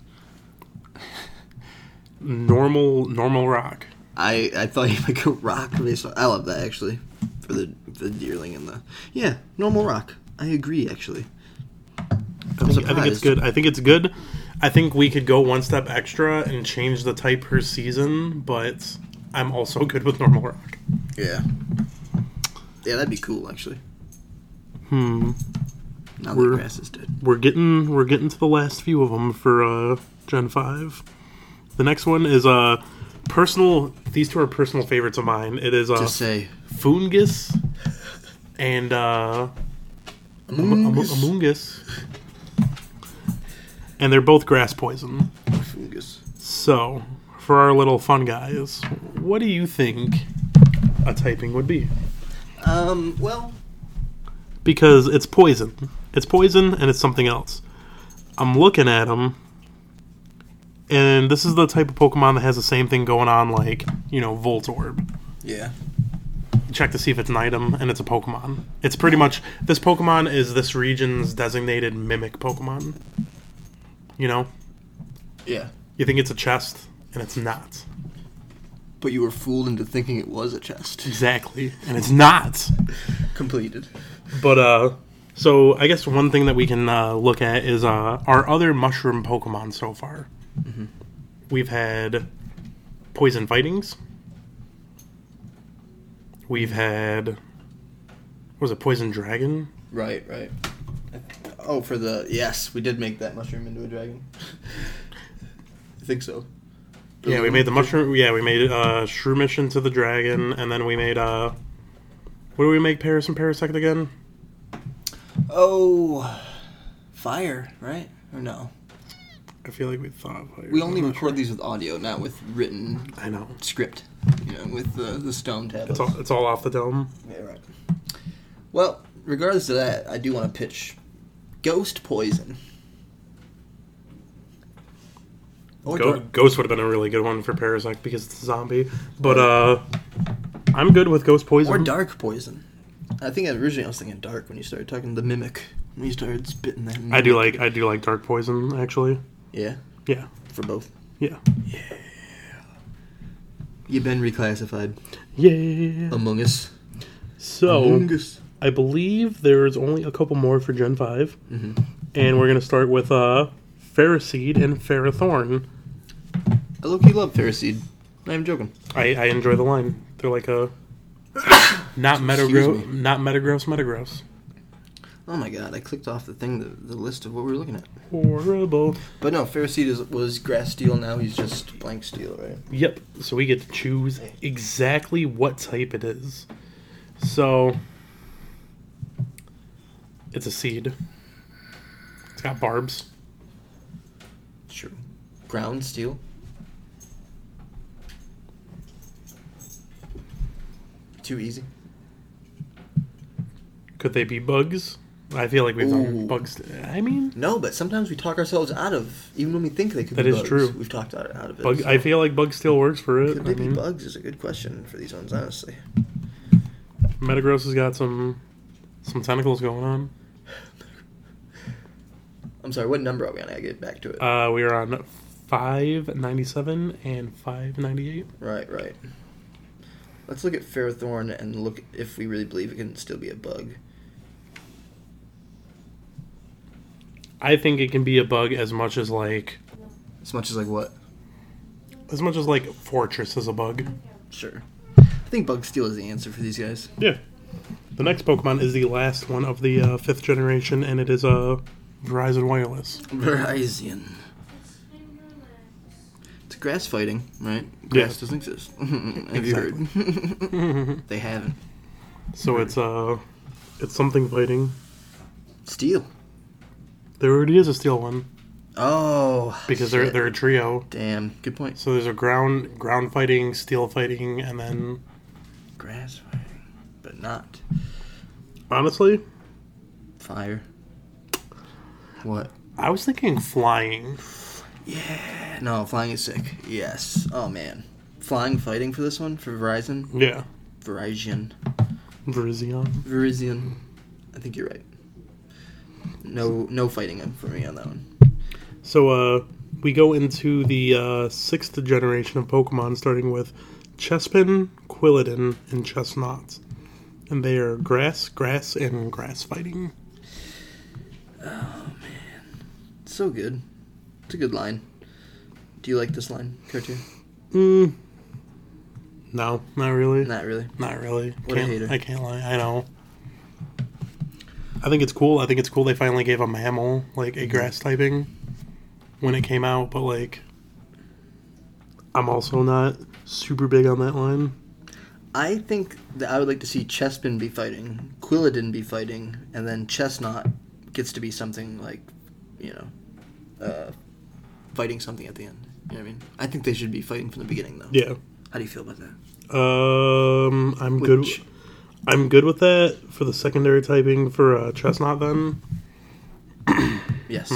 S1: Mm-hmm. normal normal rock.
S2: I, I thought you might go rock based on. I love that, actually. For the, for the Deerling and the. Yeah, normal rock. I agree, actually.
S1: I think, I think it's
S2: surprised.
S1: good. I think it's good. I think we could go one step extra and change the type per season, but I'm also good with normal rock.
S2: Yeah. Yeah, that'd be cool actually.
S1: Hmm.
S2: Now
S1: We're-
S2: the grass is dead.
S1: We're getting we're getting to the last few of them for uh, Gen Five. The next one is uh personal. These two are personal favorites of mine. It is uh,
S2: Just say
S1: Fungus and uh, Am- Am-
S2: fungus.
S1: Amoongus, and they're both grass poison.
S2: fungus.
S1: So, for our little fun guys, what do you think a typing would be?
S2: Um. Well,
S1: Because it's poison. It's poison and it's something else. I'm looking at them, and this is the type of Pokemon that has the same thing going on, like, you know, Voltorb.
S2: yeah.
S1: Check to see if it's an item, and it's a Pokemon. It's pretty much. This Pokemon is this region's designated mimic Pokemon. You know?
S2: Yeah.
S1: You think it's a chest, and it's not.
S2: but you were fooled into thinking it was a chest.
S1: Exactly. And it's not.
S2: Completed.
S1: But uh so I guess one thing that we can uh, look at is uh our other mushroom Pokemon so far. We've had Poison Fightings. We've had what was it Poison Dragon?
S2: Right, right. Oh, for the yes, we did make that mushroom into a dragon. I think so.
S1: Yeah, we made the mushroom. Yeah, we made uh, Shroomish into the dragon, and then we made uh, what do we make Paris and Parasect again?
S2: Oh, fire, right or no?
S1: I feel like we thought of fire.
S2: We only record these with audio, not with written
S1: I know.
S2: script. You know, with the the stone tablets.
S1: It's all it's all off the dome.
S2: Yeah, right. Well, regardless of that, I do want to pitch Ghost Poison. Or
S1: Go-
S2: Dark-
S1: Ghost would have been a really good one for Parasect because it's a zombie. But uh, I'm good with Ghost Poison.
S2: Or dark poison. I think originally I was thinking dark when you started talking the mimic. When you started spitting that.
S1: I do like I do like Dark Poison actually.
S2: Yeah,
S1: Yeah,
S2: for both.
S1: yeah,
S2: You've been reclassified
S1: yeah.
S2: among us.
S1: So
S2: Um, us.
S1: I believe there's only a couple more for Gen 5
S2: Mm-hmm.
S1: and we're gonna start with uh, Ferroseed and Ferrothorn.
S2: I low-key love Phariseed. I'm joking.
S1: I, I enjoy the line. They're like a not Metagross, not Metagross, Metagross.
S2: Oh my god, I clicked off the thing, the, the list of what we were looking at.
S1: Horrible.
S2: But no, Phariseed is, was grass steel, now he's just blank steel, right?
S1: Yep. So we get to choose exactly what type it is. So it's a seed. It's got barbs.
S2: Sure. Ground steel. Too easy.
S1: Could they be bugs? I feel like we've done
S2: Ooh.
S1: bugs. I mean,
S2: No, but sometimes we talk ourselves out of even when we think they could
S1: That
S2: be
S1: is
S2: bugs.
S1: true.
S2: We've talked out, out of it.
S1: bug. I feel like bug still works for it.
S2: could
S1: I
S2: they be
S1: mean,
S2: bugs is a good question for these ones, honestly.
S1: Metagross has got some some tentacles going on.
S2: I'm sorry, what number are we on? I get back to it.
S1: Uh, we are on five ninety seven and five ninety eight.
S2: right, right. Let's look at Ferrothorn and look if we really believe it can still be a bug.
S1: I think it can be a bug as much as like
S2: As much as like what?
S1: as much as like Fortress is a bug.
S2: Sure. I think bug steel is the answer for these guys.
S1: Yeah. The next Pokemon is the last one of the uh, fifth generation, and it is a uh, Verizon Wireless.
S2: Verizon. It's grass fighting, right?
S1: Yeah.
S2: Grass doesn't exist. Have you heard?
S1: Mm-hmm.
S2: they haven't.
S1: So it's uh, it's something fighting.
S2: Steel.
S1: There already is a steel one
S2: Oh.
S1: because they're
S2: shit.
S1: they're a trio.
S2: Damn, good point.
S1: So there's a ground ground fighting, steel fighting, and then
S2: Grass fighting, but not
S1: honestly,
S2: fire. What?
S1: I was thinking flying.
S2: Yeah. No, flying is sick. Yes. Oh man, flying fighting for this one for Verizon,
S1: Yeah,
S2: Verizon,
S1: Virizion.
S2: Verizon. I think you're right. No, no fighting for me on that one.
S1: So uh, we go into the uh, sixth generation of Pokemon, starting with Chespin, Quilladin, and Chestnut, and they are grass, grass, and grass fighting.
S2: So good. It's a good line. Do you like this line, cartoon?
S1: Mm. No, not really.
S2: Not really.
S1: Not really.
S2: What a
S1: can't,
S2: hater.
S1: I can't lie. I know. I think it's cool. I think it's cool they finally gave a mammal like
S2: Mm-hmm.
S1: a grass typing when it came out, but like I'm also not super big on that line.
S2: I think that I would like to see Chespin be fighting, Quilladin be fighting, and then Chestnut gets to be something like, you know, uh, fighting something at the end. You know what I mean? I think they should be fighting from the beginning, though.
S1: Yeah.
S2: How do you feel about that?
S1: Um I'm good
S2: Which-
S1: I'm good with that for the secondary typing for uh, chestnut then.
S2: Yes.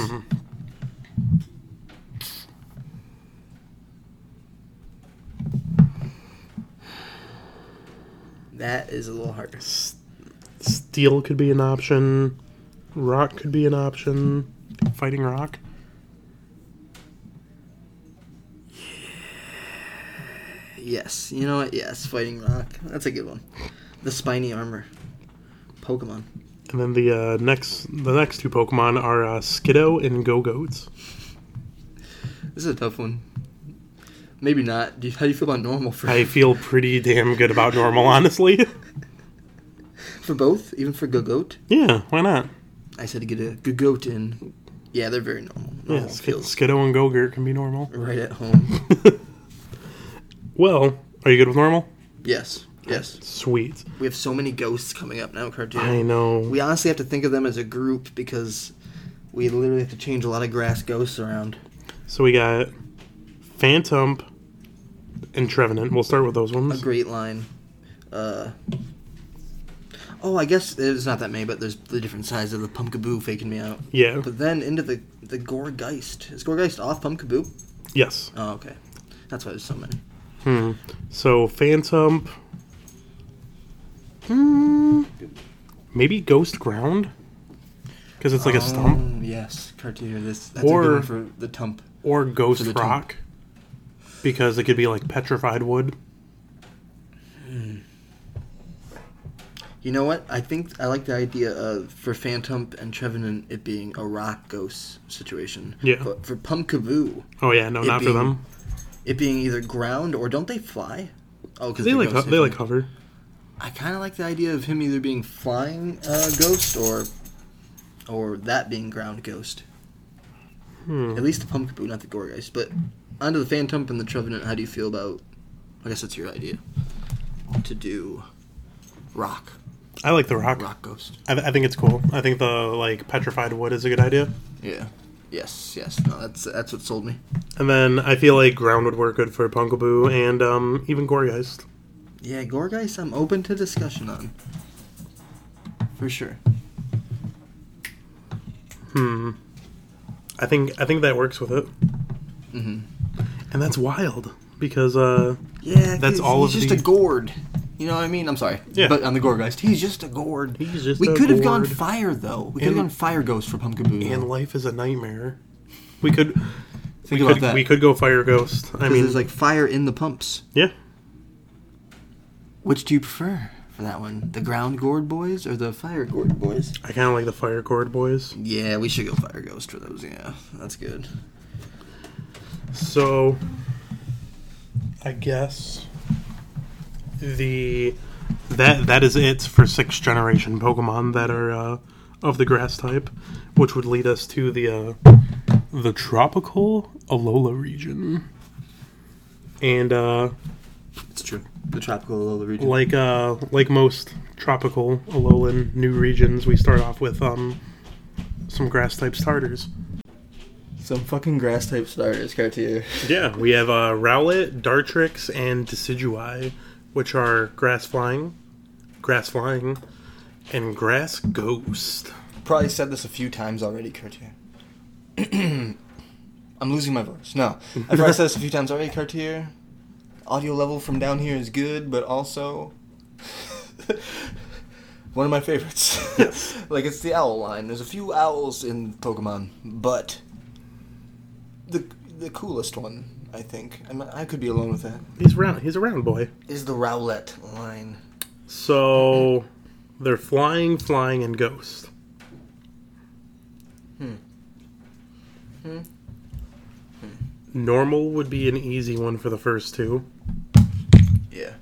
S2: That is a little harder.
S1: Steel could be an option. Rock could be an option. Fighting rock.
S2: Yes, you know what? Yes, Fighting Rock. That's a good one. The spiny armor, Pokemon.
S1: And then the uh, next the next two Pokemon are uh, Skiddo and Go Goats.
S2: This is a tough one. Maybe not. Do you, how do you feel about normal for
S1: I feel pretty damn good about normal, honestly.
S2: for both? Even for Gogoat?
S1: yeah, why not?
S2: I said to get a Gogoat in. Yeah, they're very normal.
S1: Yeah,
S2: Normal
S1: Sk-
S2: Oh, feels
S1: Skiddo and Gogurt can be normal.
S2: right at home.
S1: Well, are you good with normal?
S2: yes, yes.
S1: Sweet.
S2: We have so many ghosts coming up now, cartoon.
S1: I know.
S2: We honestly have to think of them as a group because we literally have to change a lot of grass ghosts around.
S1: So we got Phantump and Trevenant. We'll start with those
S2: A
S1: ones.
S2: great line. Uh, oh, I guess there's not that many, but there's the different size of the Pumpkaboo faking me out.
S1: Yeah.
S2: But then into the the Gorgeist. Is Gorgeist off Pumpkaboo?
S1: Yes.
S2: Oh, okay. That's why there's so many.
S1: Hmm. So Phantump. Hmm. Maybe Ghost Ground? Because it's like a stump.
S2: Oh, yes, Cartier. This that's a
S1: Or-
S2: good one for the Tump.
S1: Or
S2: For
S1: Ghost
S2: the
S1: Rock. Because it could be like petrified wood.
S2: You know what? I think I like the idea of for Phantom and Trevenant it being a rock ghost situation.
S1: Yeah.
S2: But for Pumpkaboo,
S1: Oh yeah, no,
S2: It
S1: not for
S2: being-
S1: them.
S2: it being either ground or don't they fly? Oh, because
S1: They like ho- they like hover.
S2: I kind of like the idea of him either being flying uh, ghost or or that being ground ghost.
S1: Hmm.
S2: At least the Pumpkaboo, not the Gorgeist. But onto the Phantom and the Trevenant. How do you feel about? I guess that's your idea to do rock
S1: I like the rock.
S2: rock ghost.
S1: I, I think it's cool. I think the like petrified wood is a good idea.
S2: Yeah. Yes. Yes. No. That's that's what sold me.
S1: And then I feel like ground would work good for Punkaboo and um, even Gorgeist.
S2: Yeah, Gorgeist, I'm open to discussion on. For sure.
S1: Hmm. I think I think that works with it,
S2: hmm
S1: and that's wild because uh,
S2: Yeah,
S1: That's
S2: 'cause
S1: all
S2: he's
S1: of
S2: just a
S1: the-
S2: gourd. You know what I mean? I'm sorry.
S1: Yeah.
S2: But on the Gorgeist, he's just a gourd.
S1: He's just
S2: we
S1: a
S2: could have gone
S1: gourd.
S2: fire though. We could have
S1: And-
S2: gone fire ghost for Pumpkaboo.
S1: and life is a nightmare. We could we
S2: Think about
S1: could,
S2: that.
S1: we could go fire ghost. I
S2: 'Cause
S1: mean,
S2: there's like fire in the pumps.
S1: yeah,
S2: Which do you prefer for that one? The ground gourd boys or the fire gourd boys?
S1: I kind of like the fire cord boys.
S2: Yeah, we should go fire ghost for those. Yeah, that's good.
S1: So, I guess the that that is it for sixth generation Pokemon that are uh, of the grass type, which would lead us to the uh, the tropical Alola region. And uh,
S2: It's true. The tropical Alola region.
S1: like uh, like most tropical Alolan new regions, we start off with um, some grass type starters.
S2: Some fucking grass type starters, Cartier.
S1: Yeah, we have uh, Rowlet, Dartrix, and Decidueye, which are grass flying, grass flying, and grass ghost.
S2: probably said this a few times already, Cartier. I'm losing my voice. No, I've probably said this a few times already, Cartier. Audio level from down here is good, but also one of my favorites.
S1: Yes.
S2: like it's the owl line. There's a few owls in Pokemon, but the the coolest one, I think, and I could be alone with that,
S1: He's round. He's a round boy.
S2: is the Rowlet line.
S1: So they're flying, flying, and ghost. Normal would be an easy one for the first two.
S2: Yeah.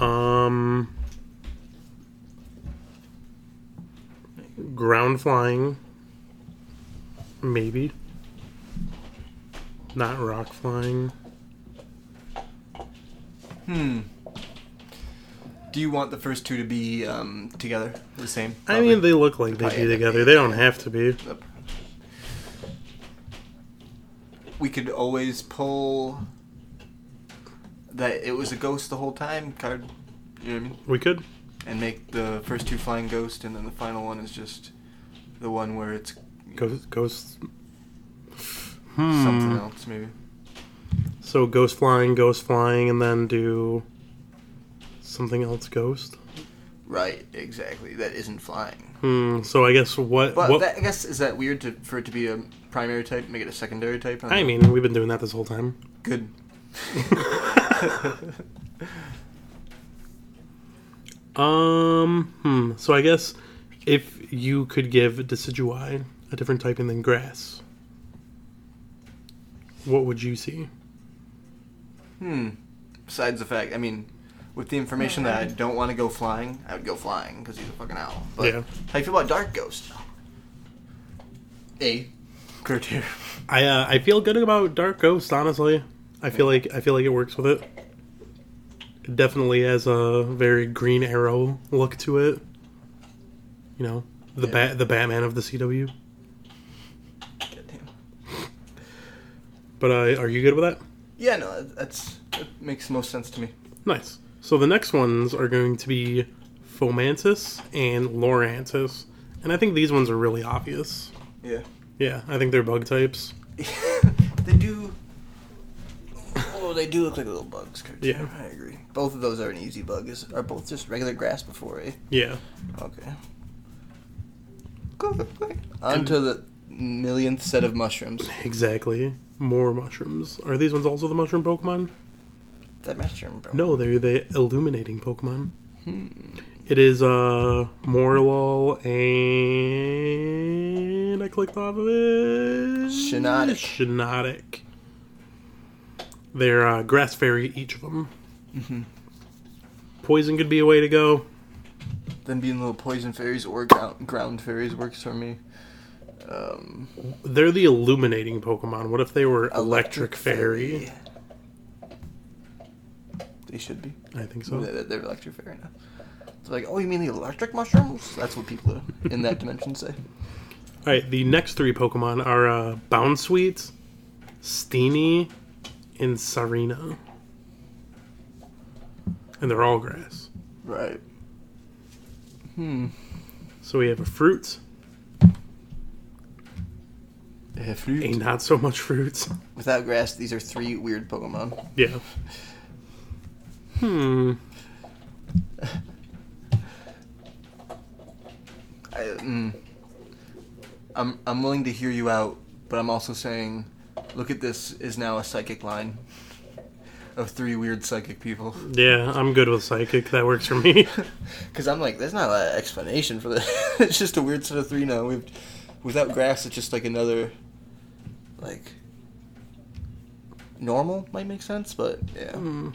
S1: Um, ground flying, maybe. Not rock flying.
S2: Hmm. Do you want the first two to be um, together, the same?
S1: I mean, they look like they'd be together. They don't have to be.
S2: we could always pull that it was a ghost the whole time card. You know what I mean?
S1: We could.
S2: And make the first two flying ghost, and then the final one is just the one where it's
S1: Ghost. ghost.
S2: something
S1: Hmm.
S2: else, maybe.
S1: So ghost flying, ghost flying, and then do something else. Ghost.
S2: Right, exactly. That isn't flying.
S1: Hmm. So I guess what?
S2: But
S1: what?
S2: that, I guess is that weird to, for it to be a primary type, make it a secondary type?
S1: I mean, we've been doing that this whole time.
S2: good.
S1: Um, hmm. So I guess if you could give decidui a different typing than grass, what would you see?
S2: Hmm. Besides the fact, I mean, with the information that I don't want to go flying, I would go flying because he's a fucking owl. But
S1: Yeah.
S2: how you feel about Dark Ghost? A. Gertier.
S1: I uh, I feel good about Dark Ghost. Honestly, I feel like I feel like it works with it. It definitely has a very Green Arrow look to it. You know, the
S2: Yeah.
S1: bat the Batman of the CW.
S2: Goddamn.
S1: But uh, are you good with that?
S2: Yeah, no, that- that's that makes the most sense to me.
S1: Nice. So the next ones are going to be Fomantis and Lorantis. And I think these ones are really obvious.
S2: Yeah.
S1: Yeah, I think they're bug types.
S2: they do. Oh, they do look like little bugs. Kurt.
S1: Yeah.
S2: I agree. Both of those are an easy bug. Is are both just regular grass before eh?
S1: Yeah.
S2: Okay. Cool. Onto the millionth set of mushrooms.
S1: Exactly. More mushrooms. Are these ones also the mushroom Pokemon?
S2: That mushroom, bro.
S1: No, they're the illuminating Pokemon. It is uh Morlul and I clicked off of it.
S2: Shenotic.
S1: Shenotic. They're uh, grass fairy, each of them. Mm-hmm. Poison could be a way to go.
S2: Then being little poison fairies or ground, ground fairies works for me. Um,
S1: They're the illuminating Pokemon. What if they were electric, fairy?
S2: They should be.
S1: I think so.
S2: They're, they're electric fairy now. It's like, oh, you mean the electric mushrooms? That's what people in that dimension say.
S1: All right, the next three Pokemon are uh, Bounsweet, Steenie, and Sarina. And they're all grass.
S2: Right.
S1: So we have a fruit, a not so much fruits.
S2: Without grass, these are three weird Pokemon.
S1: Yeah. Hmm.
S2: I, mm, I'm I'm willing to hear you out, but I'm also saying, look at this is now a psychic line of three weird psychic people.
S1: Yeah, I'm good with psychic. That works for me.
S2: Because I'm like, there's not a lot of explanation for this. it's just a weird set of three now. We've, without grass, it's just like another, like, normal might make sense, but yeah,
S1: Hmm.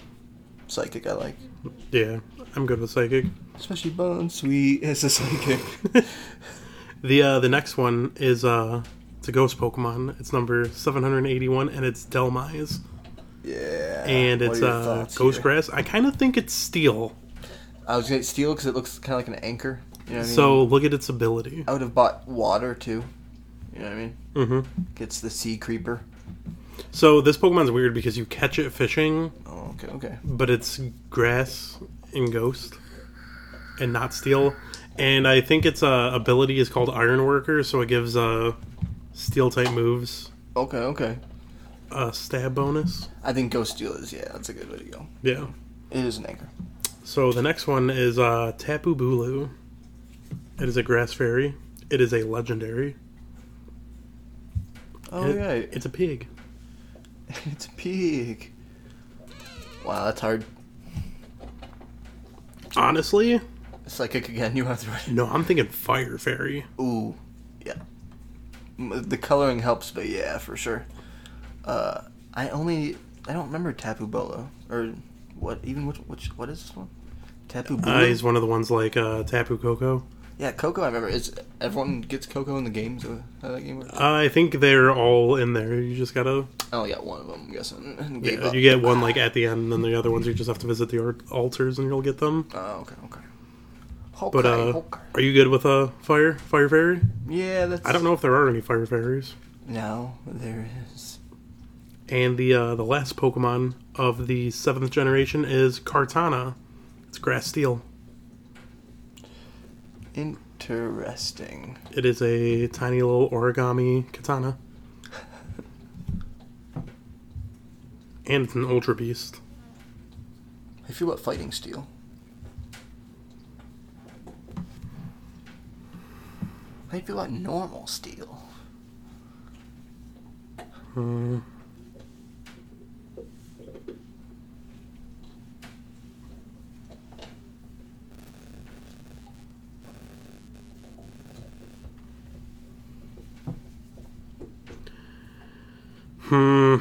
S2: psychic I like.
S1: yeah, I'm good with psychic.
S2: Especially Bone Sweet as a psychic.
S1: The uh, the next one is uh, it's a ghost Pokemon. It's number 781, and it's Delmise,
S2: yeah.
S1: and
S2: What are
S1: it's
S2: your
S1: uh,
S2: thoughts
S1: ghost
S2: here?
S1: grass. I kind of think it's steel.
S2: I was gonna steal because it looks kind of like an anchor. You know what I mean?
S1: So look at its ability.
S2: I would have bought water too. You know what I mean?
S1: hmm
S2: Gets the sea creeper.
S1: So this Pokemon's weird because you catch it fishing,
S2: Oh, okay, okay.
S1: but it's grass and ghost, and not steel. And I think its uh, ability is called Iron Worker, so it gives uh, steel type moves
S2: Okay, okay.
S1: a stab bonus.
S2: I think Ghost Steel is, yeah, that's a good way to go.
S1: Yeah.
S2: It is an anchor.
S1: So the next one is uh, Tapu Bulu. It is a grass fairy. It is a legendary.
S2: Oh,
S1: It-
S2: right.
S1: It's a pig.
S2: It's a pig. Wow, that's hard.
S1: Honestly,
S2: Psychic again, you have to write.
S1: no, I'm thinking fire fairy.
S2: Ooh, yeah. M- The coloring helps, but yeah, for sure. Uh, I only I don't remember Tapu Bolo or what even which which what is this one? Tapu Bolo.
S1: Uh, he's one of the ones like uh, Tapu Koko.
S2: yeah, Coco. I remember. Is everyone gets Coco in the games? Or how that game works?
S1: I think they're all in there. You just gotta.
S2: I only got one of them. I'm guessing. And gave
S1: Yeah,
S2: up.
S1: you get one like at the end, and then the other ones you just have to visit the ar- altars and you'll get them.
S2: Oh, okay, okay.
S1: But
S2: Okay,
S1: uh,
S2: okay.
S1: are you good with uh, fire fire fairy?
S2: yeah, that's.
S1: I don't know if there are any fire fairies.
S2: No, there is.
S1: And the uh, the last Pokemon of the seventh generation is Cartana. It's grass steel.
S2: Interesting.
S1: It is a tiny little origami katana. And it's an ultra beast.
S2: I feel about fighting steel. How do you feel about normal steel?
S1: Hmm.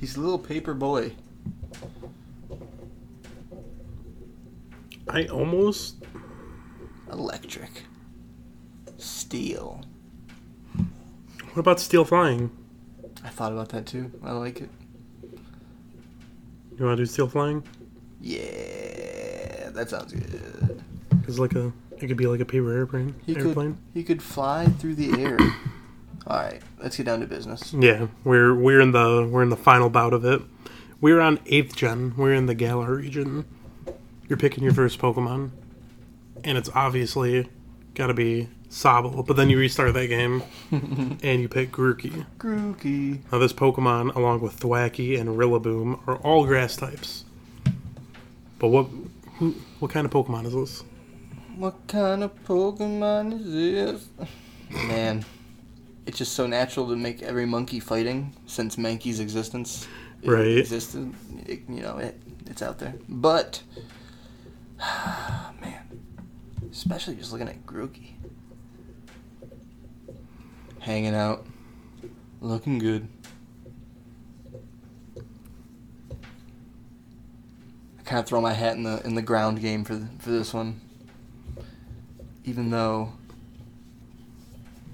S2: He's a little paper boy.
S1: I almost
S2: Electric. Steel.
S1: What about steel flying?
S2: I thought about that too. I like it.
S1: You want to do steel flying?
S2: Yeah, that sounds good.
S1: It's like a it could be like a paper airplane.
S2: He
S1: airplane.
S2: could he could fly through the air. All right, let's get down to business.
S1: Yeah, we're we're in the we're in the final bout of it. We're on eighth gen. We're in the Galar region. You're picking your first Pokemon, and it's obviously got to be Sobble. But then you restart that game, and you pick Grookey.
S2: Grookey.
S1: Now this Pokemon, along with Thwacky and Rillaboom, are all grass types. But what who, what kind of Pokemon is this?
S2: What kind of Pokemon is this? Man, it's just so natural to make every monkey fighting since Mankey's existence. It
S1: Right.
S2: Existed, it, you know, it, it's out there. But, man, especially just looking at Grookey. Hanging out. Looking good. I kind of throw my hat in the in the ground game for th- for this one. Even though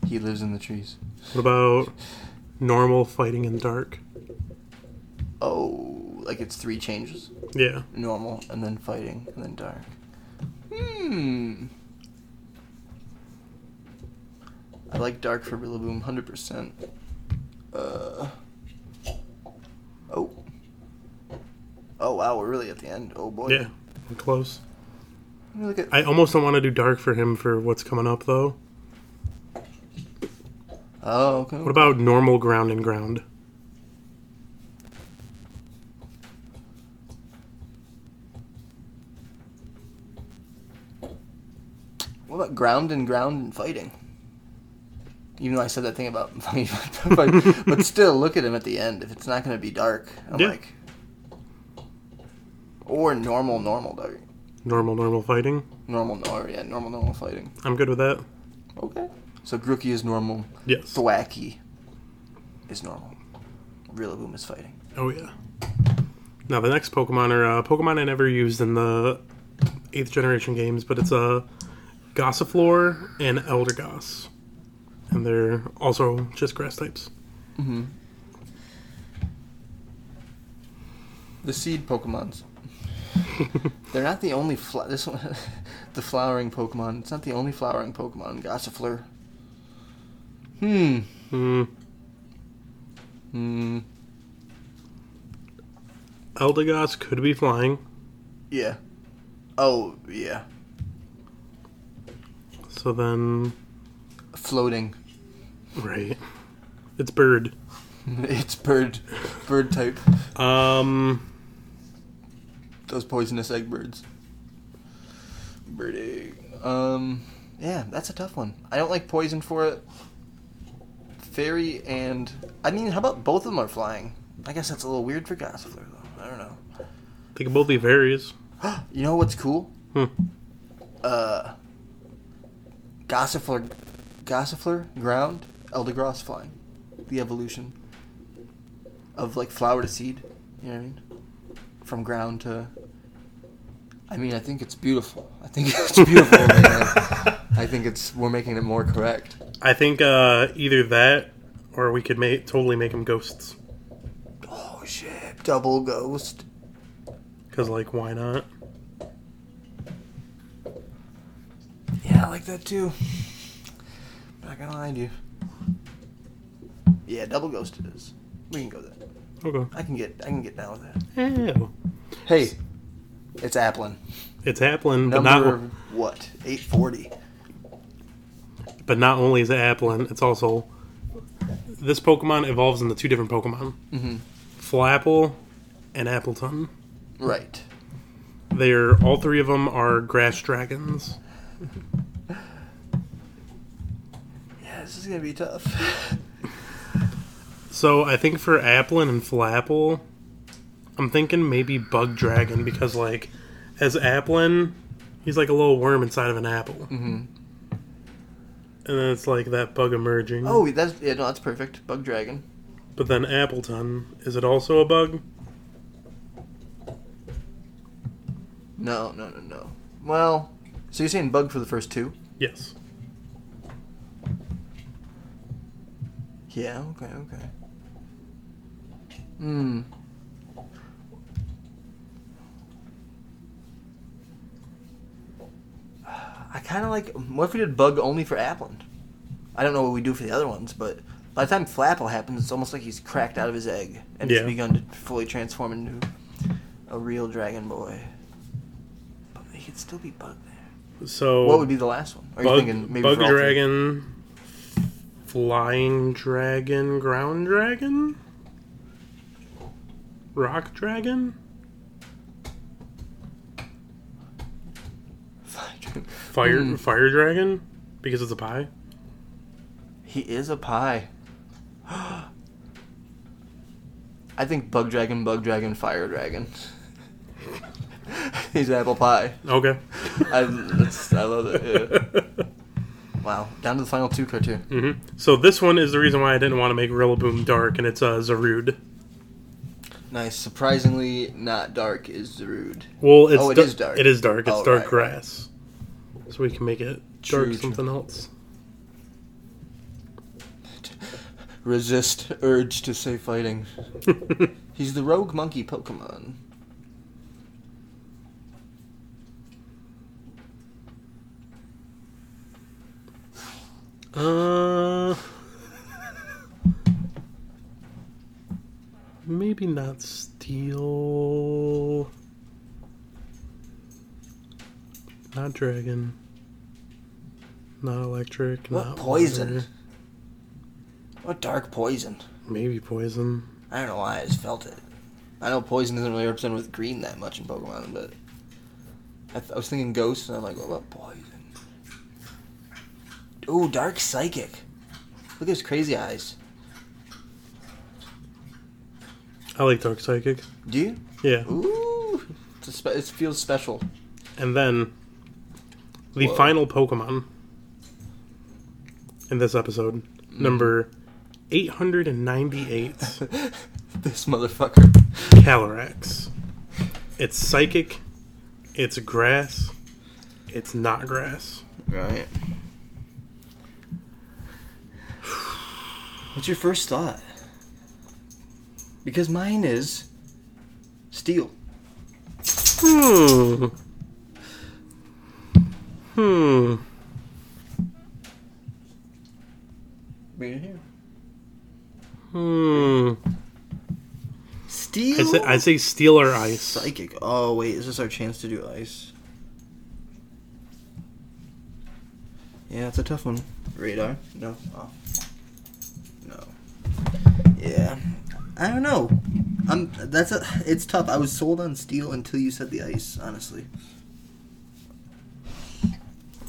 S2: he lives in the trees.
S1: What about normal fighting in dark?
S2: Oh, like it's three changes:
S1: Yeah,
S2: normal, and then fighting, and then dark. Hmm. I like dark for Rillaboom, hundred percent. Uh. Oh. Oh wow, we're really at the end. Oh boy.
S1: yeah, we're close.
S2: Let me Look at.
S1: I almost don't want to do dark for him for what's coming up though.
S2: oh. Okay.
S1: What about normal ground and ground?
S2: What about ground and ground and fighting? Even though I said that thing about fighting, but, but still, look at him at the end. If it's not going to be dark, I'm
S1: Yeah.
S2: like, or normal, normal dark,
S1: Normal, normal fighting.
S2: normal, nor yeah, normal, normal fighting.
S1: I'm good with that.
S2: Okay. So Grookey is normal.
S1: Yes.
S2: Thwacky is normal. Rillaboom is fighting.
S1: Oh yeah. Now the next Pokemon are uh, Pokemon I never used in the eighth generation games, but it's a uh, Gossiflor and Eldegoss, and they're also just grass types.
S2: The seed Pokemons. They're not the only fl- this one, the flowering Pokemon. It's not the only flowering Pokemon. Gossifleur. Hmm.
S1: Hmm.
S2: Hmm.
S1: Eldegoss could be flying,
S2: Yeah. Oh yeah.
S1: so then
S2: Floating.
S1: right, it's bird.
S2: it's bird. Bird type.
S1: Um,
S2: Those poisonous egg birds. Bird egg. Um. Yeah, that's a tough one. I don't like poison for it. Fairy and I mean, how about both of them are flying? I guess that's a little weird for Gossifleur though. I don't know.
S1: they can both be fairies.
S2: You know what's cool?
S1: Hmm.
S2: Uh, Gossifleur, Gossifleur, ground, Eldegross flying. The evolution of like flower to seed. You know what I mean? From ground to. I mean, I think it's beautiful. I think it's beautiful. man. I think it's we're making it more correct.
S1: I think uh, either that or we could make totally make them ghosts.
S2: Oh shit! Double ghost.
S1: Cause like why not?
S2: Yeah, I like that too. Not gonna lie to you. Yeah, double ghost it is. We can go there.
S1: Okay.
S2: I can get I can get down with that.
S1: Ew.
S2: Hey, it's Applin.
S1: It's Applin, but not
S2: Number what? Eight forty.
S1: But not only is it Applin, it's also this Pokemon evolves into two different Pokemon,
S2: Mhm.
S1: Flapple and Appleton.
S2: Right.
S1: They are all three of them are grass dragons.
S2: Yeah, this is gonna be tough.
S1: So I think for Applin and Flapple, I'm thinking maybe Bug Dragon because like as Applin, he's like a little worm inside of an apple. and then it's like that bug emerging.
S2: Oh, that's yeah, no, that's perfect. Bug dragon.
S1: But then Appleton, is it also a bug?
S2: No, no, no, no. Well, so you're saying bug for the first two?
S1: Yes.
S2: Yeah. Okay. Okay. Hmm. I kind of like. What if we did bug only for Appland? I don't know what we do for the other ones, but by the time Flapple happens, it's almost like he's cracked out of his egg and
S1: Yeah.
S2: he's begun to fully transform into a real dragon boy. But he could still be bug there.
S1: So
S2: What would be the last one? Are you
S1: bug,
S2: thinking maybe
S1: bug
S2: for all three?
S1: dragon, flying dragon, ground dragon, rock dragon, fire
S2: Hmm.
S1: fire dragon, because it's a pie.
S2: He is a pie. I think bug dragon, bug dragon, fire dragon. He's apple pie.
S1: Okay.
S2: I, that's, I love it. yeah. Wow, down to the final two, Cartier.
S1: hmm So this one is the reason why I didn't want to make Rillaboom dark, and it's uh, Zarude.
S2: Nice. Surprisingly, not dark is Zerud.
S1: Well, it's
S2: Oh, it
S1: da-
S2: is dark.
S1: It is dark. It's
S2: Oh,
S1: dark
S2: right,
S1: grass, so we can make it dark
S2: True, true.
S1: something else.
S2: Resist urge to say fighting. He's the rogue monkey Pokemon.
S1: Uh, maybe not steel. Not dragon. Not electric.
S2: What
S1: not
S2: poison?
S1: water.
S2: What dark poison?
S1: Maybe poison.
S2: I don't know why I just felt it. I know poison isn't really represented with green that much in Pokemon, but I, th- I was thinking ghost, and I'm like, what about poison? Ooh, dark psychic. Look at his crazy eyes.
S1: I like dark psychic.
S2: Do you?
S1: Yeah.
S2: Ooh, it's a spe- it feels special.
S1: And then the
S2: Whoa.
S1: final Pokemon in this episode,
S2: Mm.
S1: number 898,
S2: This motherfucker.
S1: Calyrex. It's psychic, it's grass, it's not grass.
S2: Right. What's your first thought? Because mine is steel.
S1: Hmm. Hmm.
S2: Bring it here.
S1: Hmm.
S2: Steel.
S1: I say, I say steel or ice.
S2: Psychic. Oh wait, is this our chance to do ice? Yeah, it's a tough one. Radar. No. Oh. No. Yeah. I don't know. I'm. That's a. It's tough. I was sold on steel until you said the ice. Honestly.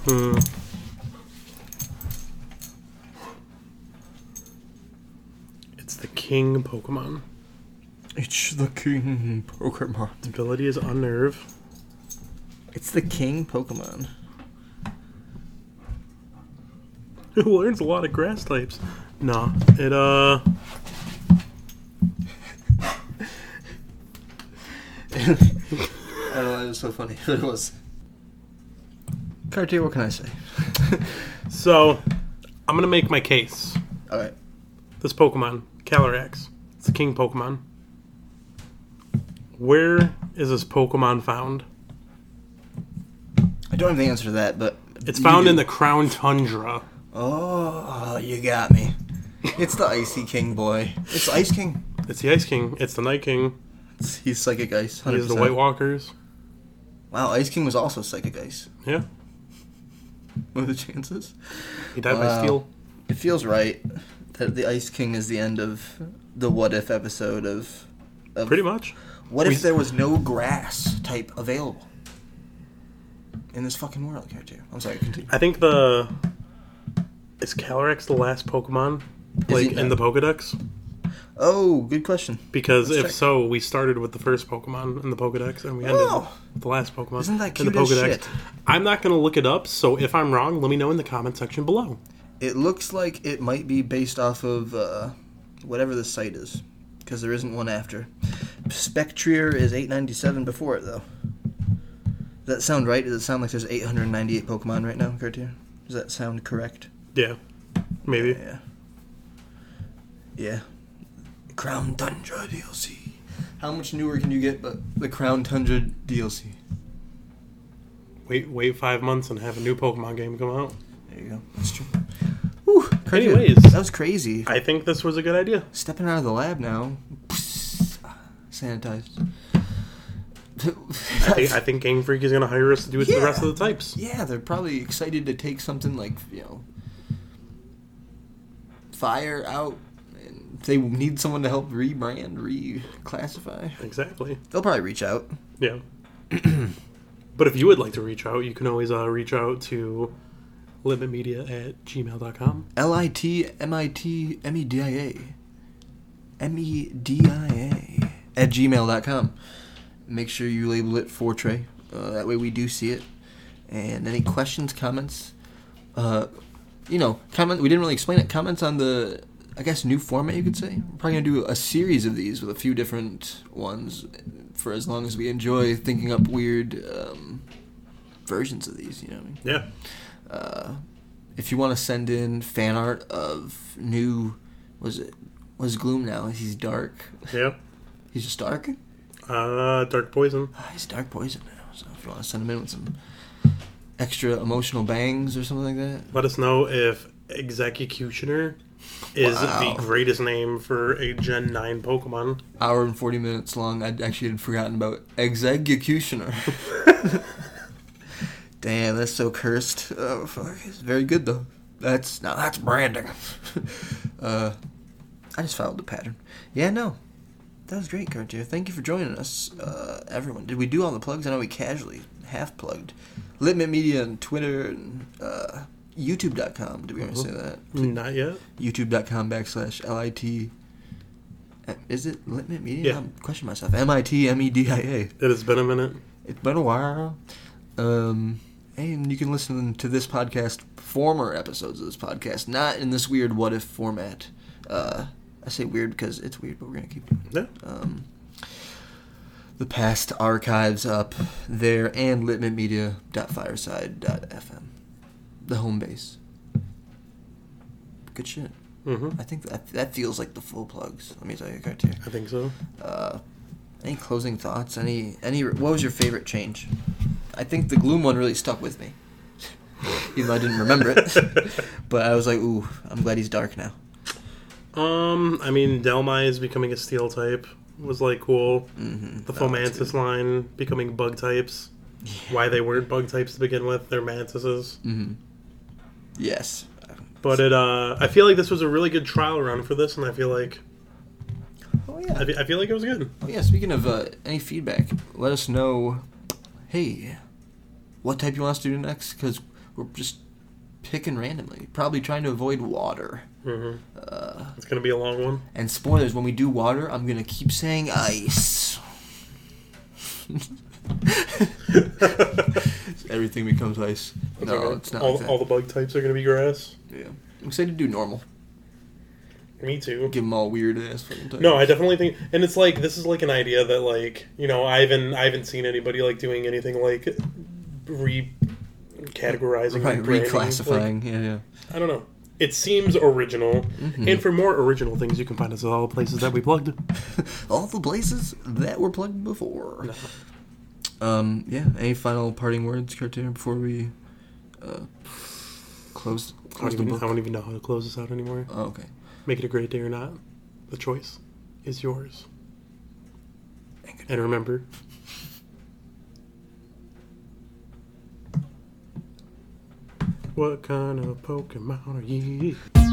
S1: Hmm. It's the king Pokemon.
S2: It's the king Pokemon.
S1: Its ability is unnerve.
S2: It's the king Pokemon.
S1: It learns a lot of grass types. No, it uh,
S2: I don't know. It was so funny, but it was. Cartier, what can I say?
S1: so I'm gonna make my case.
S2: All right.
S1: This Pokemon, Calyrex, it's the king Pokemon. Where is this Pokemon found?
S2: I don't have the answer to that, but
S1: It's
S2: you
S1: found
S2: do.
S1: in the Crown Tundra.
S2: Oh, you got me. It's the Icy King boy. It's Ice King.
S1: It's the Ice King. It's the Night King.
S2: It's- he's Psychic Ice. 100%.
S1: He's the White Walkers.
S2: Wow, Ice King was also Psychic Ice.
S1: Yeah,
S2: What are the chances?
S1: he died by
S2: Wow.
S1: steel.
S2: It feels right that the Ice King is the end of the What If episode of. of
S1: Pretty much.
S2: What
S1: we-
S2: if there was no grass type available in this fucking world, character? I'm sorry, continue.
S1: I think the is Calyrex the last Pokemon
S2: Is he
S1: like in the
S2: not?
S1: Pokedex?
S2: Oh, good question.
S1: Because
S2: Let's
S1: if
S2: check.
S1: so, we started with the first Pokemon in the Pokedex and we ended
S2: Oh.
S1: with the last Pokemon
S2: Isn't that
S1: in the
S2: cute as
S1: Pokedex.
S2: shit?
S1: I'm not going to look it up, so if I'm wrong, let me know in the comment section below.
S2: It looks like it might be based off of uh, whatever the site is, because there isn't one after. Spectrier is 897 before it, though. Does that sound right? Does it sound like there's 898 Pokemon right now, Cartier? Does that sound correct?
S1: Yeah, maybe.
S2: Yeah. Yeah. Crown Tundra DLC. How much newer can you get but the Crown Tundra DLC?
S1: Wait, wait five months and have a new Pokemon game come out.
S2: There you go. That's true. Whew, Cartier,
S1: Anyways.
S2: that was crazy.
S1: I think this was a good idea.
S2: Stepping out of the lab now. Sanitized.
S1: I think, I think Game Freak is going to hire us to do it to the rest
S2: Yeah.
S1: of the types.
S2: yeah, they're probably excited to take something like, you know, fire out. and They need someone to help rebrand, reclassify.
S1: Exactly.
S2: They'll probably reach out.
S1: Yeah. but if you would like to reach out, you can always uh, reach out to limitmedia at gmail.com.
S2: L I T M I T M E D I A. M E D I A. At gmail.com. Make sure you label it for Trey. Uh, that way we do see it. And any questions, comments, uh, you know, comment. We didn't really explain it. Comments on the, I guess, new format you could say. We're probably gonna do a series of these with a few different ones for as long as we enjoy thinking up weird um, versions of these. You know what I mean?
S1: Yeah.
S2: Uh, if you want to send in fan art of new was it was gloom now he's dark
S1: Yeah.
S2: he's just dark
S1: Uh, Dark Poison.
S2: Ah, he's dark poison now so if you want to send him in with some extra emotional bangs or something like that
S1: Let us know if Executioner is
S2: Wow.
S1: the greatest name for a Gen 9 Pokemon.
S2: hour and 40 minutes long i actually had forgotten about executioner damn that's so cursed oh fuck it's very good though that's now that's branding uh i just followed the pattern yeah no That was great, Cartier. Thank you for joining us, uh, everyone. Did we do all the plugs? I know we casually half plugged. Litmit Media and Twitter and uh, YouTube.com. Did we already say that?
S1: Not yet.
S2: YouTube.com backslash LIT. Uh, Is it Litmit Media?
S1: Yeah.
S2: I'm questioning myself. M I T M E D I A.
S1: It has been a minute.
S2: It's been a while. Um, and you can listen to this podcast, former episodes of this podcast, not in this weird what if format. Uh, I say weird because it's weird, but we're going to keep doing
S1: Yeah.
S2: it um, the past archives up there and litmitmedia.fireside.fm, the home base. Good shit.
S1: hmm
S2: I think that that feels like the full plugs. Let me tell you, Cartier.
S1: I think so.
S2: Uh, any closing thoughts? Any any? What was your favorite change? I think the gloom one really stuck with me, even though I didn't remember it. but I was like, ooh, I'm glad he's dark now.
S1: Um, I mean, Delmai is becoming a steel type was like cool.
S2: Mm-hmm.
S1: The Fomantis line becoming bug types. Why they weren't bug types to begin with? They're mantises.
S2: Mm-hmm. Yes.
S1: But it, uh, I feel like this was a really good trial run for this, and I feel like
S2: Oh yeah.
S1: I, fe- I feel like it was good.
S2: Oh yeah, speaking of uh, any feedback, let us know. Hey, what type you want us to do next? Because we're just picking randomly. Probably trying to avoid water
S1: hmm it's gonna be a long one.
S2: and spoilers. When we do water, I'm gonna keep saying ice. Everything becomes ice. No,
S1: Okay.
S2: it's not.
S1: All,
S2: like that.
S1: all the bug types are gonna be grass.
S2: yeah. I'm excited to do normal.
S1: Me too.
S2: Give them all weird ass fucking types.
S1: No, I definitely think, and it's like this is like an idea that like you know I haven't I haven't seen anybody like doing anything like re categorizing,
S2: Right, reclassifying. yeah, yeah.
S1: I don't know. It seems original,
S2: Mm-hmm.
S1: and for more original things, you can find us at all the places that we plugged.
S2: all the places that were plugged before. Um, yeah. Any final parting words, Cartier, before we uh, close
S1: I don't,
S2: close the
S1: even, I
S2: book?
S1: don't even know how to close this out anymore.
S2: Oh, okay.
S1: Make it a great day or not, the choice is yours. And remember, what kind of Pokemon are you?